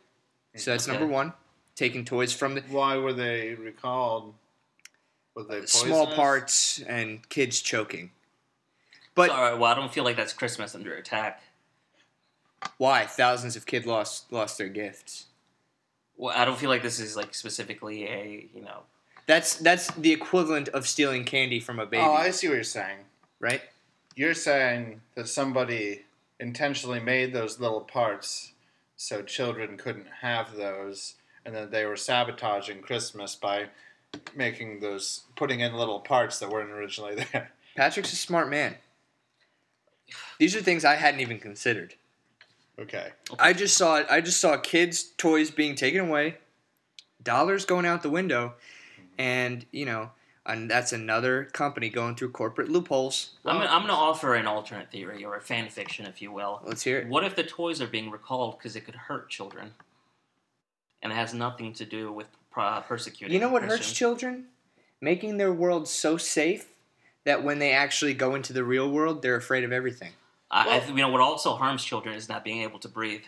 Speaker 1: So that's number
Speaker 2: Okay.
Speaker 1: one. Taking toys from the
Speaker 3: Why were they recalled? Were they poisonous? Oh,
Speaker 1: small parts and kids choking. But
Speaker 2: All right, well, I don't feel like that's Christmas under attack.
Speaker 1: why? Thousands of kids lost lost their gifts.
Speaker 2: Well, I don't feel like this is like specifically a you know.
Speaker 1: That's that's the equivalent of stealing candy from a baby,
Speaker 3: Oh, I see what you're saying.
Speaker 1: right?
Speaker 3: You're saying that somebody intentionally made those little parts so children couldn't have those, and that they were sabotaging Christmas by making those, putting in little parts that weren't originally <laughs> there.
Speaker 1: Patrick's a smart man. These are things I hadn't even considered.
Speaker 3: Okay.
Speaker 1: I just saw I just saw kids' toys being taken away, dollars going out the window, and you know, and that's another company going through corporate loopholes.
Speaker 2: I'm gonna, I'm gonna offer an alternate theory or a fan fiction, if you will.
Speaker 1: Let's hear it.
Speaker 2: What if the toys are being recalled because it could hurt children, and it has nothing to do with uh, persecuting?
Speaker 1: You know
Speaker 2: a
Speaker 1: what
Speaker 2: person?
Speaker 1: hurts children? Making their world so safe that when they actually go into the real world, they're afraid of everything.
Speaker 2: I, I
Speaker 3: Well-
Speaker 2: th- you know what also harms children is not being able to breathe.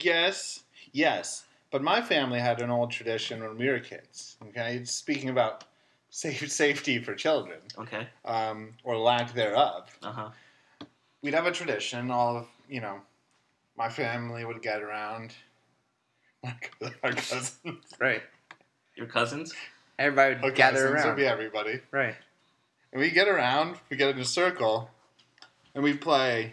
Speaker 3: Yes, yes. But my family had an old tradition when we were kids. Okay, speaking about safe, <laughs> safety for children
Speaker 2: Okay.
Speaker 3: um, or lack thereof,
Speaker 2: Uh huh.
Speaker 3: we'd have a tradition. All of you know, my family would get around. <laughs> Our cou-
Speaker 2: <laughs>
Speaker 3: our cousins,
Speaker 1: Right.
Speaker 2: Your cousins.
Speaker 1: Everybody would
Speaker 3: our
Speaker 1: gather
Speaker 3: cousins would
Speaker 1: around.
Speaker 3: be everybody,
Speaker 1: Right.
Speaker 3: and we get around. We get in a circle, and we play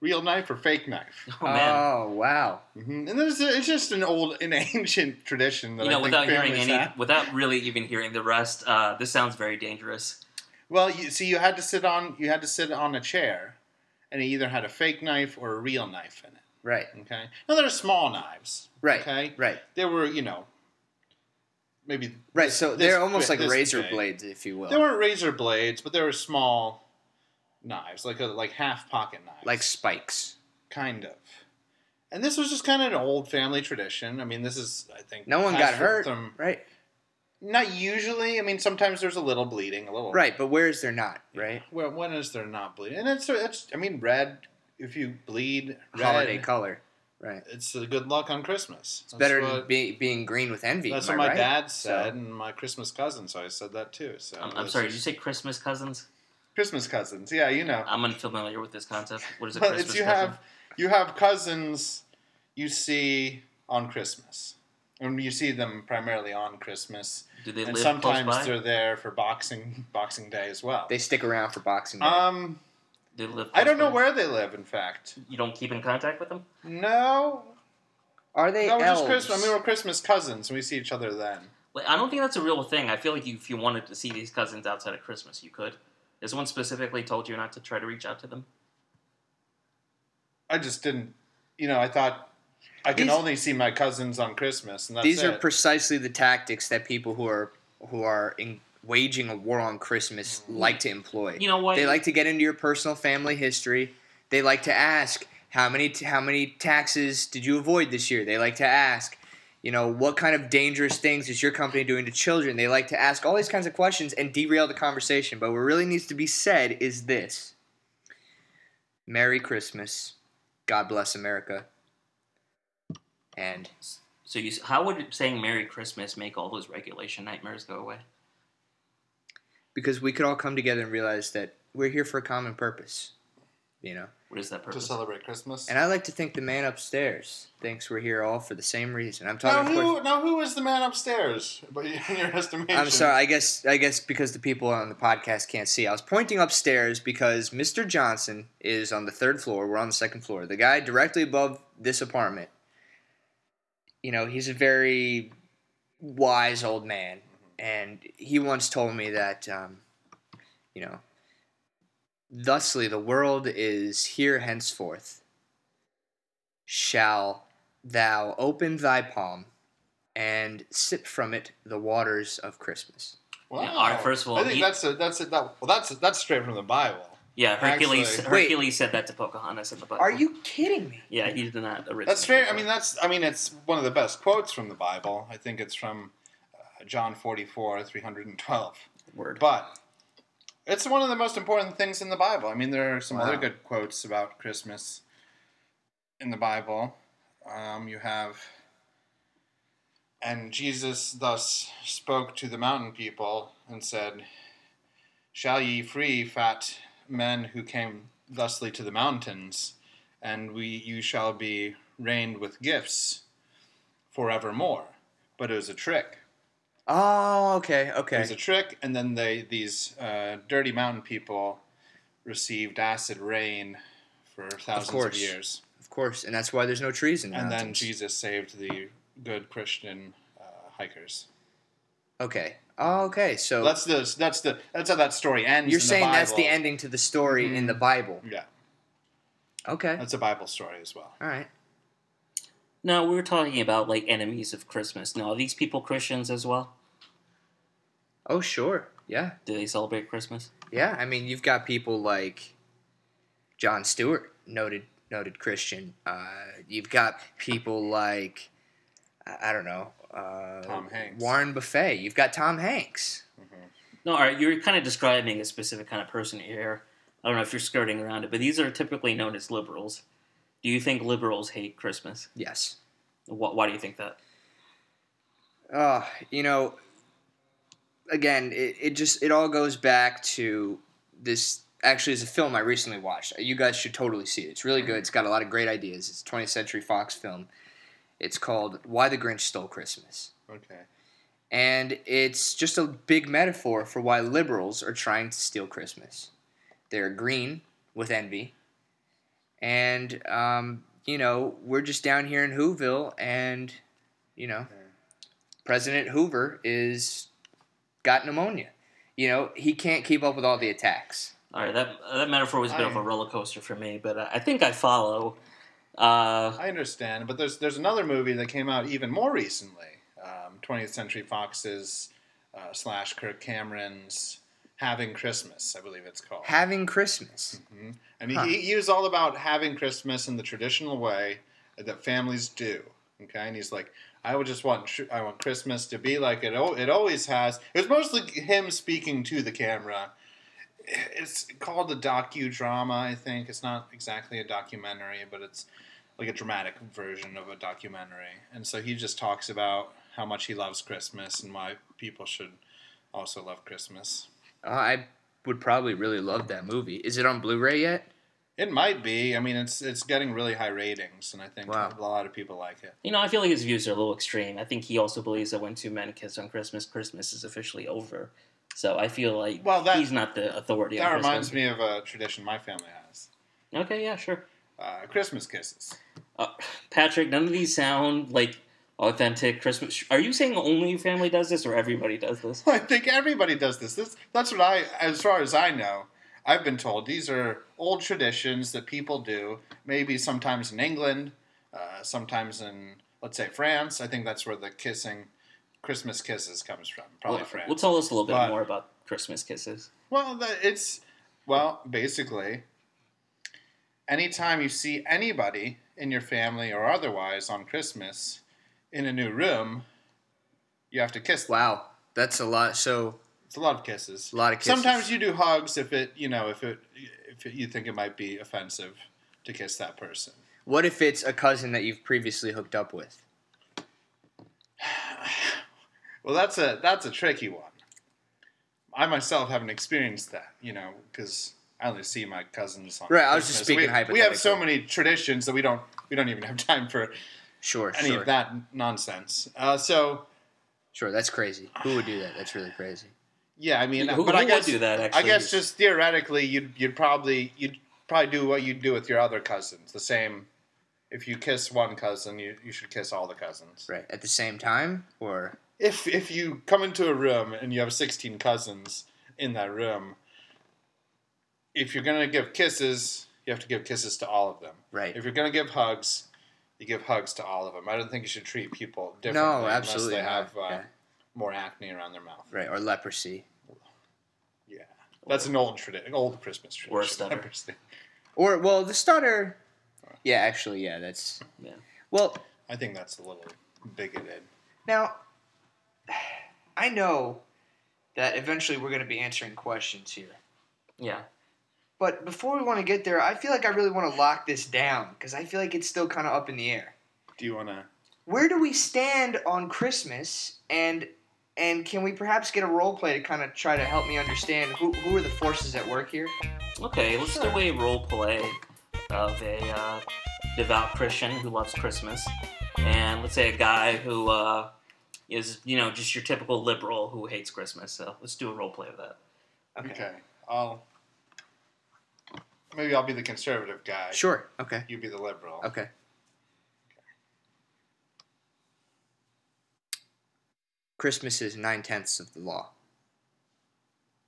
Speaker 3: real knife or
Speaker 2: <laughs>
Speaker 3: fake knife.
Speaker 2: Oh man.
Speaker 1: Oh wow.
Speaker 3: hmm And there's a, it's just an old, an ancient tradition that
Speaker 2: you
Speaker 3: I
Speaker 2: know,
Speaker 3: think
Speaker 2: without hearing
Speaker 3: families
Speaker 2: any,
Speaker 3: have.
Speaker 2: without really even hearing the rest, uh, this sounds very dangerous.
Speaker 3: Well, you see, you had to sit on you had to sit on a chair, and it either had a fake knife or a real knife in it.
Speaker 1: Right.
Speaker 3: Okay. Now there are small knives.
Speaker 1: Right.
Speaker 3: Okay.
Speaker 1: Right.
Speaker 3: They were, you know, maybe
Speaker 1: Right. So
Speaker 3: this-
Speaker 1: they're almost like
Speaker 3: this
Speaker 1: razor
Speaker 3: big.
Speaker 1: blades, if you will.
Speaker 3: They weren't razor blades, but they were small knives, like a like half pocket knives,
Speaker 1: like spikes.
Speaker 3: kind of. And this was just kind of an old family tradition. I mean, this is I think
Speaker 1: No one got
Speaker 3: passed
Speaker 1: hurt.
Speaker 3: from-
Speaker 1: Right.
Speaker 3: Not usually. I mean, sometimes there's a little bleeding, a little
Speaker 1: Right. But where is there not? Right.
Speaker 3: Well, when is there not bleeding? And it's, it's I mean, red. If you bleed, red,
Speaker 1: Holiday color. Right.
Speaker 3: It's a good luck on Christmas.
Speaker 1: It's better than be, being green with envy.
Speaker 3: That's what
Speaker 1: am
Speaker 3: my
Speaker 1: I right?
Speaker 3: dad
Speaker 1: So-
Speaker 3: said, and my Christmas cousin. So I said that too. So
Speaker 2: I'm, I'm
Speaker 3: that's-
Speaker 2: sorry. Did you say Christmas cousins?
Speaker 3: Christmas cousins. Yeah, you know.
Speaker 2: I'm unfamiliar with this concept. What is a
Speaker 3: Well,
Speaker 2: Christmas
Speaker 3: it's you
Speaker 2: cousin?
Speaker 3: have you have cousins you see on Christmas, and you see them primarily on Christmas,
Speaker 2: Do they
Speaker 3: and
Speaker 2: live
Speaker 3: sometimes
Speaker 2: close by?
Speaker 3: they're there for boxing Boxing Day as well.
Speaker 1: They stick around for Boxing Day.
Speaker 3: um,
Speaker 2: Do they live
Speaker 3: I
Speaker 2: close
Speaker 3: don't know
Speaker 2: by?
Speaker 3: where they live. In fact,
Speaker 2: You don't keep in contact with them.
Speaker 3: no,
Speaker 1: Are they
Speaker 3: no, we're
Speaker 1: elves?
Speaker 3: just Christmas. I mean, we're Christmas cousins, and we see each other then.
Speaker 2: Like, I don't think that's a real thing. I feel like you, if you wanted to see these cousins outside of Christmas, you could. Has someone specifically told you not to try to reach out to them?
Speaker 3: I just didn't, you know, I thought I can
Speaker 1: These-
Speaker 3: only see my cousins on Christmas, and that's
Speaker 1: These are
Speaker 3: it.
Speaker 1: precisely the tactics that people who are who are in, waging a war on
Speaker 3: Mm.
Speaker 1: Christmas like to employ.
Speaker 2: You know what?
Speaker 1: They like to get into your personal family history. They like to ask how many how many taxes did you avoid this year? They like to ask, you know, what kind of dangerous things is your company doing to children? They like to ask all these kinds of questions and derail the conversation. But what really needs to be said is this: Merry Christmas, God bless America, and
Speaker 2: So you, how would saying Merry Christmas make all those regulation nightmares go away?
Speaker 1: because we could all come together and realize that we're here for a common purpose, you know.
Speaker 2: What is that
Speaker 3: to
Speaker 2: purpose?
Speaker 3: celebrate Christmas.
Speaker 1: And I like to think the man upstairs thinks we're here all for the same reason. I'm
Speaker 3: Now
Speaker 1: talking. of course-
Speaker 3: who, now who is the man upstairs? <laughs> But in your estimation,
Speaker 1: I'm sorry. I guess I guess because the people on the podcast can't see, I was pointing upstairs because Mr. Johnson is on the third floor. We're on the second floor. The guy directly above this apartment. You know, he's a very wise old man, and he once told me that, um, you know, thusly the world is here henceforth. Shall thou open thy palm? and sip from it the waters of Christmas.
Speaker 3: Wow.
Speaker 2: Yeah, all right, first of all,
Speaker 3: I think
Speaker 2: he-
Speaker 3: that's a, that's a, that, well, that's that's straight from the Bible.
Speaker 2: Yeah, Hercules.
Speaker 3: Actually-
Speaker 1: Wait.
Speaker 2: Hercules said that to Pocahontas in the Bible.
Speaker 1: Are you kidding me?
Speaker 2: Yeah, he did not originally.
Speaker 3: That's straight. I mean, that's I mean, it's one of the best quotes from the Bible. I think it's from uh, John forty four three hundred and twelve.
Speaker 2: word.
Speaker 3: But it's one of the most important things in the Bible. I mean, there are some
Speaker 1: Wow.
Speaker 3: other good quotes about Christmas in the Bible. Um, you have, and Jesus thus spoke to the mountain people and said, Shall ye free fat men who came thusly to the mountains, and we you shall be reigned with gifts forevermore. But it was a trick.
Speaker 1: Oh, okay, okay.
Speaker 3: It was a trick, and then they these uh, dirty mountain people received acid rain for thousands of,
Speaker 1: course.
Speaker 3: years,
Speaker 1: of course, and that's why there's no trees in the
Speaker 3: and then
Speaker 1: mountains.
Speaker 3: Jesus saved the good Christian uh, hikers.
Speaker 1: okay. Oh, okay. So
Speaker 3: That's the that's the that's how that story ends.
Speaker 1: you're
Speaker 3: in
Speaker 1: saying
Speaker 3: the
Speaker 1: that's the
Speaker 3: Bible.
Speaker 1: ending to the story in the Bible.
Speaker 3: Yeah,
Speaker 1: Okay.
Speaker 3: that's a Bible story as well.
Speaker 1: All right.
Speaker 2: No, we were talking about like enemies of Christmas. Now, are these people Christians as well?
Speaker 1: Oh, sure. Yeah.
Speaker 2: Do they celebrate Christmas?
Speaker 1: Yeah, I mean, you've got people like John Stewart, noted noted Christian. Uh, you've got people like I I don't know, uh,
Speaker 3: Tom Hanks.
Speaker 1: Warren Buffet. You've got Tom Hanks.
Speaker 2: No, all right. You're kind of describing a specific kind of person here. I don't know if you're skirting around it, but these are typically known as liberals. Do you think liberals hate Christmas?
Speaker 1: Yes.
Speaker 2: Why, why do you think that?
Speaker 1: Uh, you know, again, it, it just it all goes back to this. Actually, is a film I recently watched. You guys should totally see it. It's really good. It's got a lot of great ideas. It's a 20th Century Fox film. It's called "Why the Grinch Stole Christmas,"
Speaker 3: Okay,
Speaker 1: and it's just a big metaphor for why liberals are trying to steal Christmas. They're green with envy, and um, you know we're just down here in Whoville, and you know President Hoover is got pneumonia. You know, he can't keep up with all the attacks.
Speaker 2: All right, that that metaphor was a bit
Speaker 3: I-
Speaker 2: of a roller coaster for me, but uh, I, I think I follow. Uh,
Speaker 3: I understand, but there's there's another movie that came out even more recently. Um, 20th Century Fox's uh, slash Kirk Cameron's Having Christmas, I believe it's called.
Speaker 1: Having Christmas.
Speaker 3: And he
Speaker 1: Huh.
Speaker 3: he, he was all about having Christmas in the traditional way that families do. Okay, and he's like, I would just want tr- I want Christmas to be like it. al- It always has. It was mostly him speaking to the camera. It's called a docudrama, I think. It's not exactly a documentary, but it's like a dramatic version of a documentary. And so he just talks about how much he loves Christmas and why people should also love Christmas.
Speaker 1: Uh, I would probably really love that movie. Is it on Blu-ray yet?
Speaker 3: It might be. I mean, it's it's getting really high ratings, and I think
Speaker 1: Wow.
Speaker 3: a lot of people like it.
Speaker 2: You know, I feel like his views are a little extreme. I think he also believes that when two men kiss on Christmas, Christmas is officially over. So I feel like
Speaker 3: Well, that-
Speaker 2: he's not the authority.
Speaker 3: that
Speaker 2: on
Speaker 3: reminds
Speaker 2: Christmas.
Speaker 3: me of a tradition my family has:
Speaker 2: Okay, yeah, sure.
Speaker 3: uh, Christmas kisses. <laughs>
Speaker 2: Uh, Patrick, none of these sound like authentic Christmas. Are you saying only your family does this, or everybody does this?
Speaker 3: I think everybody does this. This that's what I, as far as I know, I've been told these are old traditions that people do. Maybe sometimes in England, uh, sometimes in let's say France. I think that's where the kissing, Christmas kisses comes from. Probably
Speaker 2: well,
Speaker 3: France.
Speaker 2: well, tell us a little bit
Speaker 3: But-
Speaker 2: more about Christmas kisses.
Speaker 3: Well, the, it's well, basically, anytime you see anybody in your family or otherwise on Christmas in a new room, you have to kiss them.
Speaker 1: Wow, that's a lot. So
Speaker 3: It's a lot of kisses.
Speaker 1: a lot of kisses.
Speaker 3: Sometimes you do hugs if it, you know, if it, if you think it might be offensive to kiss that person.
Speaker 1: What if it's a cousin that you've previously hooked up with?
Speaker 3: Well, that's a that's a tricky one. I myself haven't experienced that, you know, because I only see my cousins. On
Speaker 1: Right, I was just
Speaker 3: Christmas.
Speaker 1: speaking
Speaker 3: we, We have so
Speaker 1: hypothetically.
Speaker 3: many traditions that we don't we don't even have <laughs> time for
Speaker 1: Sure,
Speaker 3: any
Speaker 1: sure,
Speaker 3: of that nonsense. Uh, so
Speaker 1: sure. That's crazy. Who would do that? That's really crazy.
Speaker 3: yeah, I mean, uh,
Speaker 2: Who-
Speaker 3: but
Speaker 2: who
Speaker 3: I
Speaker 2: would
Speaker 3: guess
Speaker 2: do that,
Speaker 3: I
Speaker 2: actually?
Speaker 3: guess just theoretically, you'd you'd probably you'd probably do what you'd do with your other cousins. The same. If you kiss one cousin, you, you should kiss all the cousins.
Speaker 1: Right at the same time, or
Speaker 3: If if you come into a room and you have sixteen cousins in that room, if you're gonna give kisses, you have to give kisses to all of them.
Speaker 1: Right.
Speaker 3: If you're gonna give hugs, you give hugs to all of them. I don't think you should treat people differently
Speaker 1: no, absolutely
Speaker 3: unless they
Speaker 1: not.
Speaker 3: have uh,
Speaker 1: Yeah,
Speaker 3: more acne around their mouth.
Speaker 1: Right or leprosy
Speaker 3: Yeah, that's an old tradition, old Christmas tradition.
Speaker 2: Or a stutter.
Speaker 3: <laughs> I understand.
Speaker 1: or well the stutter. Yeah, actually, yeah, that's
Speaker 2: Yeah.
Speaker 1: well.
Speaker 3: I think that's a little bigoted.
Speaker 1: Now, <sighs> I know that eventually we're going to be answering questions here.
Speaker 2: Yeah.
Speaker 1: But before we want to get there, I feel like I really want to lock this down because I feel like it's still kind of up in the air.
Speaker 3: Do you want to?
Speaker 1: Where do we stand on Christmas and and can we perhaps get a role play to kind of try to help me understand who, who are the forces at work here?
Speaker 2: Okay, let's do a role play of a uh, devout Christian who loves Christmas, and let's say a guy who uh, is, you know, just your typical liberal who hates Christmas. So let's do a role play of that.
Speaker 1: Okay.
Speaker 3: Okay, I'll. Maybe I'll be the conservative guy.
Speaker 1: Sure. Okay.
Speaker 3: You be the liberal.
Speaker 1: Okay. Christmas is nine tenths of the law.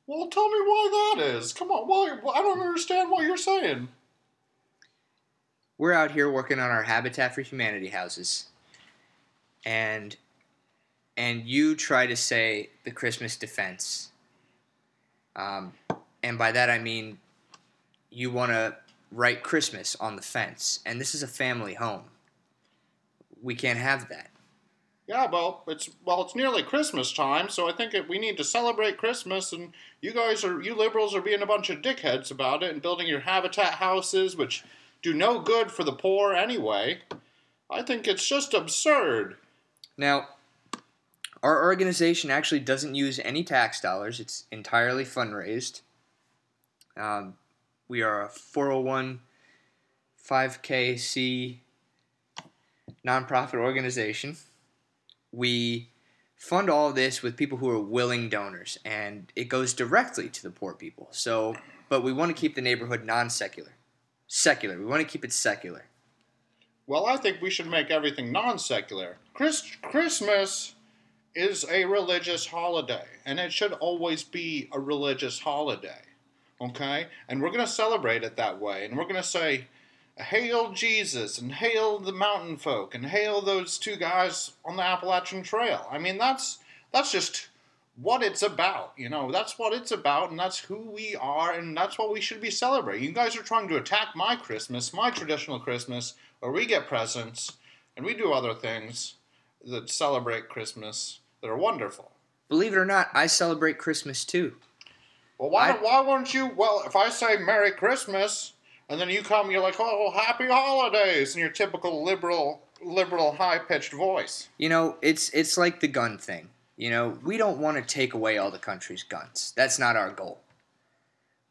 Speaker 3: Well, tell me why that is. Come on, why? why- I don't understand what you're saying.
Speaker 1: we're out here working on our Habitat for Humanity houses, and and you try to say the Christmas defense, um, and by that I mean you want to write Christmas on the fence, and this is a family home. We can't have that.
Speaker 3: Yeah, well, it's well, it's nearly Christmas time, so I think that we need to celebrate Christmas. And you guys are, you liberals are being a bunch of dickheads about it and building your habitat houses, which do no good for the poor anyway. I think it's just absurd.
Speaker 1: Now, our organization actually doesn't use any tax dollars. It's entirely fundraised. Um, we are a 401 5K nonprofit organization. We fund all this with people who are willing donors, and it goes directly to the poor people. So, but we want to keep the neighborhood non secular. Secular. We want to keep it secular.
Speaker 3: Well, I think we should make everything non secular. Christ- Christmas is a religious holiday, and it should always be a religious holiday. Okay? And we're going to celebrate it that way, and we're going to say, Hail Jesus, and hail the mountain folk, and hail those two guys on the Appalachian Trail. I mean, that's that's just what it's about, you know. That's what it's about, and that's who we are, and that's what we should be celebrating. You guys are trying to attack my Christmas, my traditional Christmas, where we get presents and we do other things that celebrate Christmas that are wonderful.
Speaker 1: Believe it or not, I celebrate Christmas too.
Speaker 3: Well, why
Speaker 1: I-
Speaker 3: why won't you? Well, if I say Merry Christmas, And then you come, you're like, "Oh, happy holidays!" in your typical liberal, liberal, high-pitched voice.
Speaker 1: You know, it's it's like the gun thing. You know, we don't want to take away all the country's guns. That's not our goal.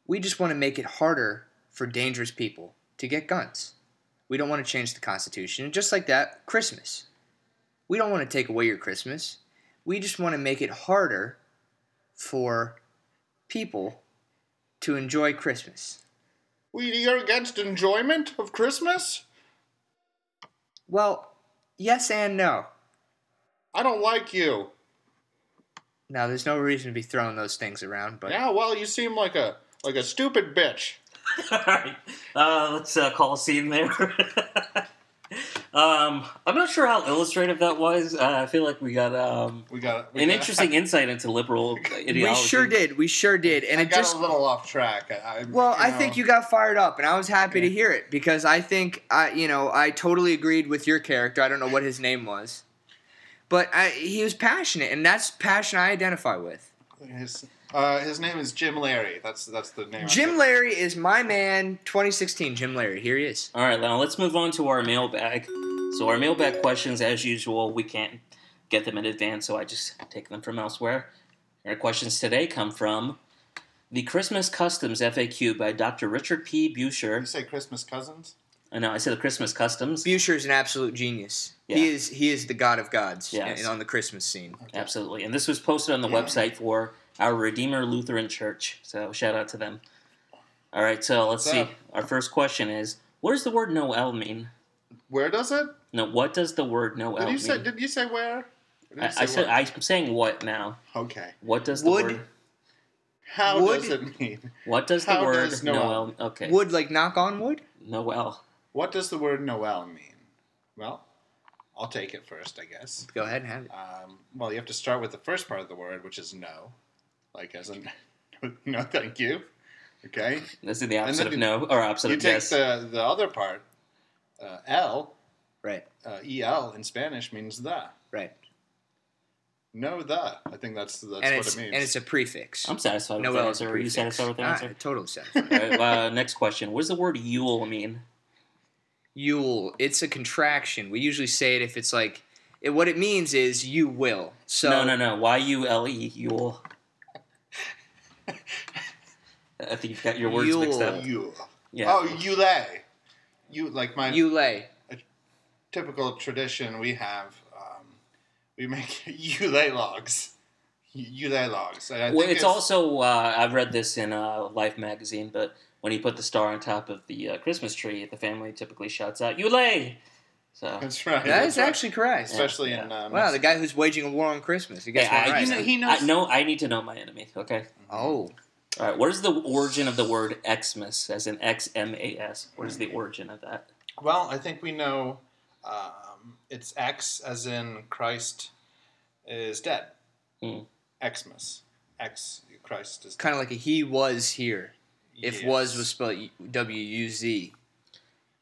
Speaker 1: We just want to make it harder for dangerous people to get guns. We don't want to change the Constitution. And just like that, Christmas. We don't want to take away your Christmas. We just want to make it harder for people to enjoy Christmas.
Speaker 3: We you're against enjoyment of Christmas.
Speaker 1: Well, yes and no.
Speaker 3: I don't like you.
Speaker 1: Now, there's no reason to be throwing those things around, but
Speaker 3: Yeah, well, you seem like a like a stupid bitch.
Speaker 2: <laughs> All right, uh, let's uh, call a scene there. <laughs> um, I'm not sure how illustrative that was. Uh, I feel like we got um,
Speaker 3: We got we
Speaker 2: an
Speaker 3: got-
Speaker 1: <laughs>
Speaker 2: interesting insight into liberal ideology.
Speaker 1: we sure did. We sure did. And
Speaker 3: <laughs> I
Speaker 1: it
Speaker 3: got
Speaker 1: just
Speaker 3: a little off track. I, I,
Speaker 1: Well,
Speaker 3: you
Speaker 1: I
Speaker 3: know.
Speaker 1: think you got fired up, and I was happy to hear it because I think I, you know, I totally agreed with your character. I don't know what his name was, but I, he was passionate, and that's passion I identify with.
Speaker 3: His, uh, his name is Jim Larry. That's that's the name. I
Speaker 1: Jim
Speaker 3: think.
Speaker 1: Larry is my man, 2016. Jim Larry, here he is.
Speaker 2: All right, now let's move on to our mailbag. So our mailbag questions, as usual, we can't get them in advance, so I just take them from elsewhere. Our questions today come from the Christmas Customs FAQ by Dr. Richard P.
Speaker 3: You
Speaker 2: Bucher.
Speaker 3: say Christmas cousins?
Speaker 2: I know I said the Christmas Customs.
Speaker 1: Bucher is an absolute genius.
Speaker 2: Yeah.
Speaker 1: He is he is the god of gods,
Speaker 2: Yes.
Speaker 1: and on the Christmas scene.
Speaker 2: Absolutely. And this was posted on the website for our Redeemer Lutheran Church. So shout out to them. All right, so let's
Speaker 3: What's
Speaker 2: see.
Speaker 3: up?
Speaker 2: Our first question is What does the word Noel mean?
Speaker 3: Where does it?
Speaker 2: No, what does the word Noel
Speaker 3: Did you
Speaker 2: mean?
Speaker 3: say? Did you say where? Or did you
Speaker 2: I, I
Speaker 3: say
Speaker 2: said,
Speaker 3: what?
Speaker 2: I'm saying what now?
Speaker 3: okay.
Speaker 2: What does the
Speaker 1: Would-
Speaker 2: word
Speaker 3: How
Speaker 1: Would-
Speaker 3: does it mean?
Speaker 2: What does the
Speaker 3: How
Speaker 2: word
Speaker 3: does
Speaker 2: Noel?
Speaker 3: Noel-
Speaker 2: Okay,
Speaker 1: Would like knock on wood?
Speaker 2: Noel.
Speaker 3: What does the word Noel mean? Well, I'll take it first, I guess.
Speaker 1: Go ahead and have it.
Speaker 3: Um, well, you have to start with the first part of the word, which is no, like as in <laughs> no, thank you. Okay.
Speaker 2: This is the opposite
Speaker 3: then
Speaker 2: of
Speaker 3: you-
Speaker 2: no or opposite
Speaker 3: You
Speaker 2: of
Speaker 3: take
Speaker 2: yes.
Speaker 3: the the other part, uh, L,
Speaker 1: Right,
Speaker 3: uh, el in Spanish means the.
Speaker 1: right.
Speaker 3: No, the. I think that's that's
Speaker 1: and
Speaker 3: what
Speaker 1: it's
Speaker 3: it means.
Speaker 1: and it's a prefix.
Speaker 2: I'm satisfied with that
Speaker 1: Noel is a
Speaker 2: answer. Are you
Speaker 1: prefix.
Speaker 2: satisfied with that
Speaker 1: Ah,
Speaker 2: answer?
Speaker 1: totally satisfied.
Speaker 2: <laughs> All right, uh, next question. What does the word Yule mean?
Speaker 1: Yule. It's a contraction. We usually say it if it's like it, what it means is you will. So
Speaker 2: no, no, no. Y U L E Yule. I think you've got your words mixed up.
Speaker 1: Yule.
Speaker 3: you.
Speaker 2: Yeah.
Speaker 3: Oh, you lay. You like my
Speaker 1: you lay.
Speaker 3: typical tradition we have. Um, we make <laughs> you lay logs. You lay logs. And I
Speaker 2: well,
Speaker 3: think
Speaker 2: it's also uh, I've read this in uh, Life magazine, but when you put the star on top of the uh, Christmas tree, the family typically shouts out "Yule." So
Speaker 3: <laughs> That's right.
Speaker 1: That
Speaker 3: that's
Speaker 1: is
Speaker 3: right.
Speaker 1: actually correct.
Speaker 3: especially
Speaker 2: Yeah.
Speaker 3: in uh,
Speaker 1: Wow, the
Speaker 3: Mexico.
Speaker 1: guy who's waging a war on Christmas. He gets
Speaker 2: Hey,
Speaker 1: one
Speaker 2: I-
Speaker 1: right.
Speaker 3: You know, he knows.
Speaker 2: I, no, I need to know my enemy. Okay.
Speaker 1: oh,
Speaker 2: All right. What is the origin of the word Xmas, as in X M A S? What is the origin of that?
Speaker 3: Well, I think we know um, it's X as in Christ is dead.
Speaker 2: Hmm.
Speaker 3: Xmas. X Christ is
Speaker 1: kind of like a he was here. If was was
Speaker 3: Yes.
Speaker 1: spelled W U Z,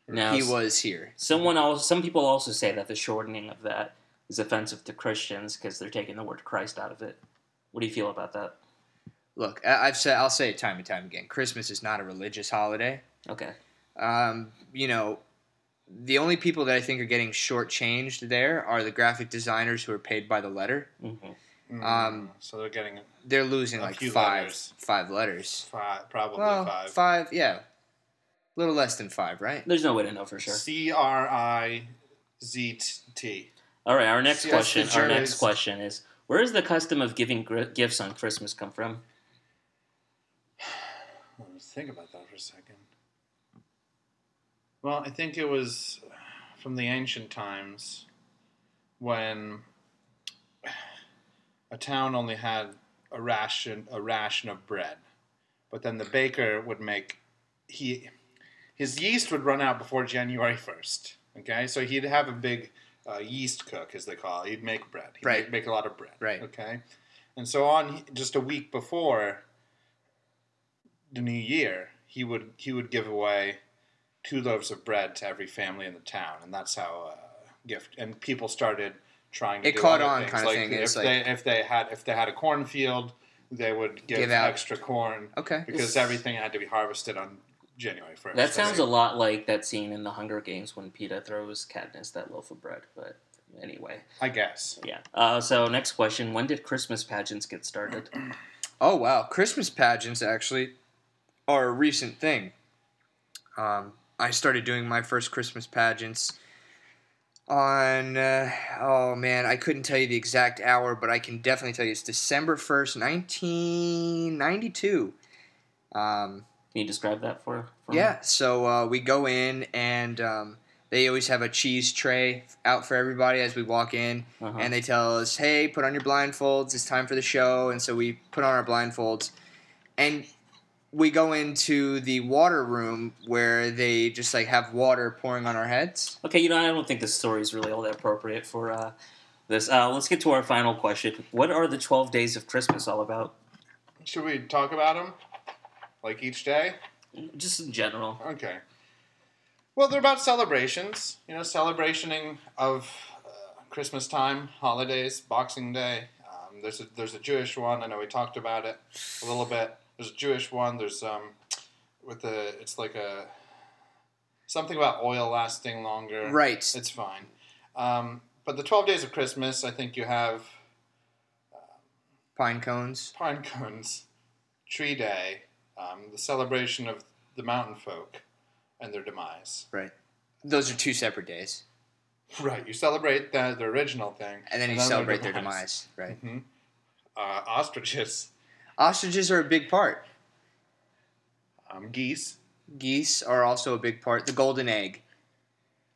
Speaker 2: Now,
Speaker 1: he was here.
Speaker 2: someone else. Some people also say that the shortening of that is offensive to Christians because they're taking the word Christ out of it. What do you feel about that?
Speaker 1: Look, I, I've said I'll say it time and time again. Christmas is not a religious holiday.
Speaker 2: Okay.
Speaker 1: um, you know, the only people that I think are getting shortchanged there are the graphic designers who are paid by the letter.
Speaker 2: hmm
Speaker 3: Mm,
Speaker 1: um,
Speaker 3: so they're getting
Speaker 1: They're losing
Speaker 3: A
Speaker 1: like
Speaker 3: few
Speaker 1: five
Speaker 3: letters.
Speaker 1: five letters.
Speaker 3: five, probably
Speaker 1: well,
Speaker 3: five.
Speaker 1: yeah, a little less than five, right?
Speaker 2: There's no way to know for sure.
Speaker 3: C R I Z T.
Speaker 2: All right. Our next
Speaker 3: Yes,
Speaker 2: question.
Speaker 3: the
Speaker 2: Our
Speaker 3: jury
Speaker 2: next
Speaker 3: is-
Speaker 2: question is: Where does the custom of giving gr- gifts on Christmas come from?
Speaker 3: Let me think about that for a second. Well, I think it was from the ancient times when a town only had a ration a ration of bread, but then the baker would make he his yeast would run out before January first. Okay, so he'd have a big uh, yeast cook, as they call it. He'd make bread. He'd
Speaker 1: Right.
Speaker 3: Make, make a lot of bread.
Speaker 1: Right.
Speaker 3: Okay, and so on. Just a week before the new year, he would he would give away two loaves of bread to every family in the town, and that's how uh, gift and people started trying to.
Speaker 1: It
Speaker 3: do
Speaker 1: caught
Speaker 3: other
Speaker 1: on
Speaker 3: things.
Speaker 1: kind of
Speaker 3: like,
Speaker 1: thing,
Speaker 3: If
Speaker 1: it's
Speaker 3: they
Speaker 1: like-
Speaker 3: if they had if they had a cornfield, they would give,
Speaker 1: Give out.
Speaker 3: extra corn
Speaker 1: Okay.
Speaker 3: because everything had to be harvested on January first.
Speaker 2: That sounds a lot like that scene in The Hunger Games when PETA throws Katniss that loaf of bread. But anyway,
Speaker 3: I guess.
Speaker 2: yeah. Uh, so next question: When did Christmas pageants get started?
Speaker 1: Oh wow, Christmas pageants actually are a recent thing. Um, I started doing my first Christmas pageants on uh, oh man, I couldn't tell you the exact hour, but I can definitely tell you it's December first, nineteen ninety two. Um,
Speaker 2: Can you describe that for? for me?
Speaker 1: yeah, so uh, we go in and um, they always have a cheese tray out for everybody as we walk in,
Speaker 2: Uh-huh.
Speaker 1: and they tell us, "Hey, put on your blindfolds. It's time for the show." And so we put on our blindfolds, and we go into the water room where they just like have water pouring on our heads.
Speaker 2: Okay, you know, I don't think this story is really all that appropriate for uh, this. Uh, let's get to our final question. What are the 12 days of Christmas all about?
Speaker 3: Should we talk about them, like each day?
Speaker 2: Just in general.
Speaker 3: Okay. Well, they're about celebrations, you know, celebrationing of uh, Christmas time, holidays, Boxing Day. Um, there's a there's a Jewish one. I know we talked about it a little bit. There's a Jewish one. There's um with the it's like a something about oil lasting longer.
Speaker 1: Right.
Speaker 3: It's fine. Um, but the twelve days of Christmas, I think you have
Speaker 1: Pine cones.
Speaker 3: pine cones, Tree Day, um, the celebration of the mountain folk and their demise.
Speaker 1: Right. Those are two separate days,
Speaker 3: Right, you celebrate the, the original thing,
Speaker 1: and then you celebrate their demise. Right.
Speaker 3: hmm Uh, ostriches,
Speaker 1: Mm-hmm. Ostriches are a big part.
Speaker 3: um, geese,
Speaker 1: Geese are also a big part. The golden egg.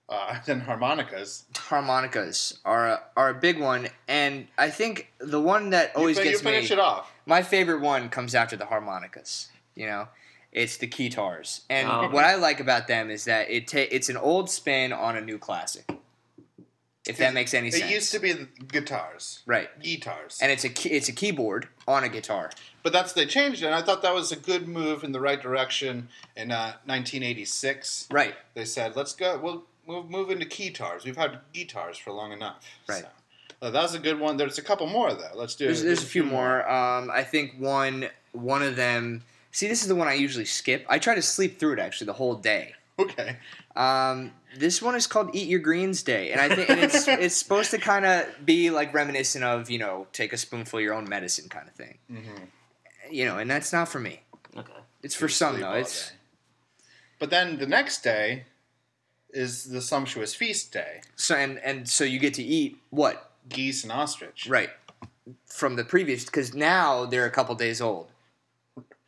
Speaker 3: uh, <laughs> then harmonicas.
Speaker 1: harmonicas are a, are a big one, and I think the one that
Speaker 3: You
Speaker 1: always
Speaker 3: fi- you,
Speaker 1: gets
Speaker 3: finish
Speaker 1: me.
Speaker 3: it off.
Speaker 1: My favorite one comes after the harmonicas. You know, it's the guitars, and
Speaker 2: Oh.
Speaker 1: what I like about them is that it ta- it's an old spin on a new classic. If that makes any
Speaker 3: It
Speaker 1: sense,
Speaker 3: used to be the guitars,
Speaker 1: right,
Speaker 3: guitars,
Speaker 1: and it's a key- it's a keyboard on a guitar.
Speaker 3: but that's they changed it. And I thought that was a good move in the right direction in uh, 1986.
Speaker 1: Right,
Speaker 3: They said, "Let's go. We'll move move into guitars. We've had guitars for long enough."
Speaker 1: Right.
Speaker 3: So, uh, that was a good one. There's a couple more though. Let's do.
Speaker 1: there's there's a
Speaker 3: <laughs>
Speaker 1: few more. Um, I think one one of them. See, this is the one I usually skip. I try to sleep through it actually the whole day.
Speaker 3: Okay.
Speaker 1: Um, this one is called Eat Your Greens Day, and I think and
Speaker 3: <laughs>
Speaker 1: it's it's supposed to kind of be like reminiscent of you know take a spoonful of your own medicine kind of thing,
Speaker 3: Mm-hmm.
Speaker 1: you know, and that's not for me.
Speaker 2: Okay.
Speaker 1: It's for some though. It's
Speaker 3: But then the next day is the sumptuous feast day,
Speaker 1: so and and so you get to eat what
Speaker 3: geese and ostrich.
Speaker 1: right from the previous because now they're a couple days old.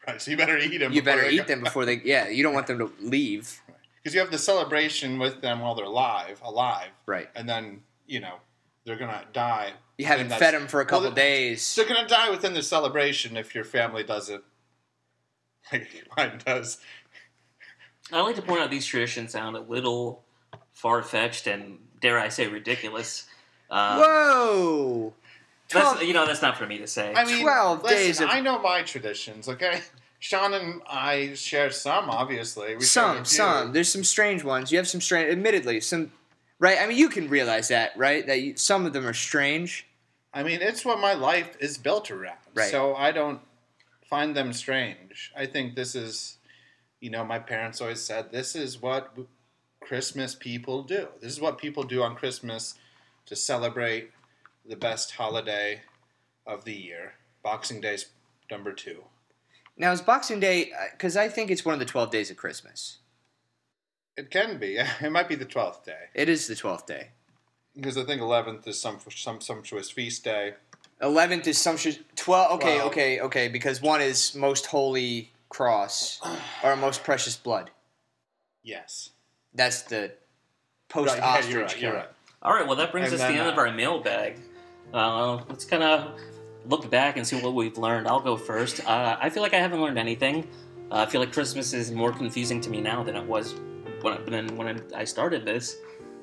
Speaker 3: Right, So you better eat them.
Speaker 1: You better eat them before they yeah. You don't want them to leave.
Speaker 3: because you have the celebration with them while they're live, alive,
Speaker 1: Right.
Speaker 3: and then you know they're gonna die.
Speaker 1: You haven't
Speaker 3: And that's-
Speaker 1: fed them for a
Speaker 3: well,
Speaker 1: couple
Speaker 3: the-
Speaker 1: days.
Speaker 3: They're gonna die within the celebration if your family doesn't. Like <laughs> mine does.
Speaker 2: I like to point out these traditions sound a little far fetched and, dare I say, ridiculous. Uh,
Speaker 1: Whoa.
Speaker 2: that's,
Speaker 1: 12
Speaker 2: you know, that's not for me to say.
Speaker 3: I mean,
Speaker 1: 12
Speaker 3: listen,
Speaker 1: days of-
Speaker 3: I know my traditions. Okay, Sean and I share some. Obviously, we share a
Speaker 1: some
Speaker 3: few.
Speaker 1: some there's some strange ones you have some strange admittedly some right i mean you can realize that right that you, some of them are strange
Speaker 3: I mean, it's what my life is built around.
Speaker 1: Right.
Speaker 3: So I don't find them strange. I think this is, you know, my parents always said this is what w- Christmas people do. This is what people do on Christmas to celebrate the best holiday of the year. Boxing Day's number two.
Speaker 1: now is boxing day because i think it's one of the 12 days of christmas
Speaker 3: It can be. <laughs> It might be the twelfth day
Speaker 1: it is the 12th day
Speaker 3: because I think eleventh is some some sumptuous feast day.
Speaker 1: 11th is sumptuous 12 okay
Speaker 3: Twelve.
Speaker 1: okay okay because one is most holy cross or most precious blood
Speaker 3: Yes.
Speaker 1: that's the post
Speaker 3: Right, yeah,
Speaker 1: ostrich
Speaker 3: you're right. You're right.
Speaker 2: All right, well, that brings
Speaker 3: And
Speaker 2: us to the
Speaker 3: then,
Speaker 2: end of
Speaker 3: uh,
Speaker 2: our mailbag. Uh, let's kind of look back and see what we've learned. I'll go first. Uh, I feel like I haven't learned anything. Uh, I feel like Christmas is more confusing to me now than it was when I, than when I started this.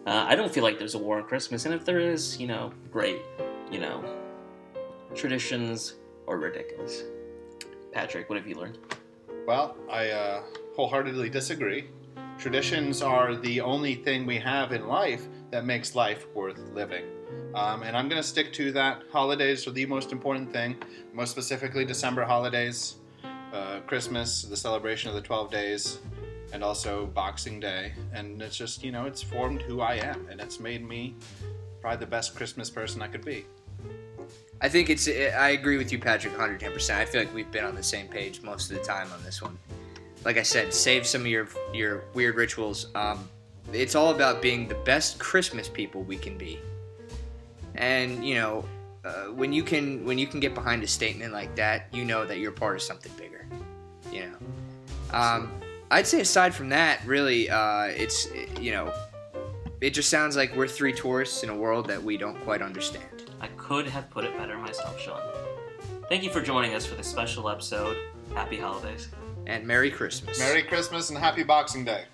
Speaker 2: Uh, I don't feel like there's a war on Christmas, and if there is, you know, great. You know, traditions are ridiculous. Patrick, what have you learned?
Speaker 3: Well, I uh, wholeheartedly disagree. Traditions are the only thing we have in life that makes life worth living. Um, and I'm going to stick to that. Holidays are the most important thing, most specifically December holidays, uh, Christmas, the celebration of the 12 days, and also Boxing Day. And it's just, you know, it's formed who I am, and it's made me probably the best Christmas person I could be.
Speaker 1: I think it's. I agree with you, Patrick, 110%. I feel like we've been on the same page most of the time on this one. Like I said, save some of your your weird rituals. Um, it's all about being the best Christmas people we can be. And you know, uh, when you can when you can get behind a statement like that, you know that you're part of something bigger. You know, um, I'd say aside from that, really, uh, it's you know, it just sounds like we're three tourists in a world that we don't quite understand.
Speaker 2: I could have put it better myself, Sean. Thank you for joining us for this special episode. Happy holidays.
Speaker 1: And Merry Christmas.
Speaker 3: Merry Christmas and Happy Boxing Day.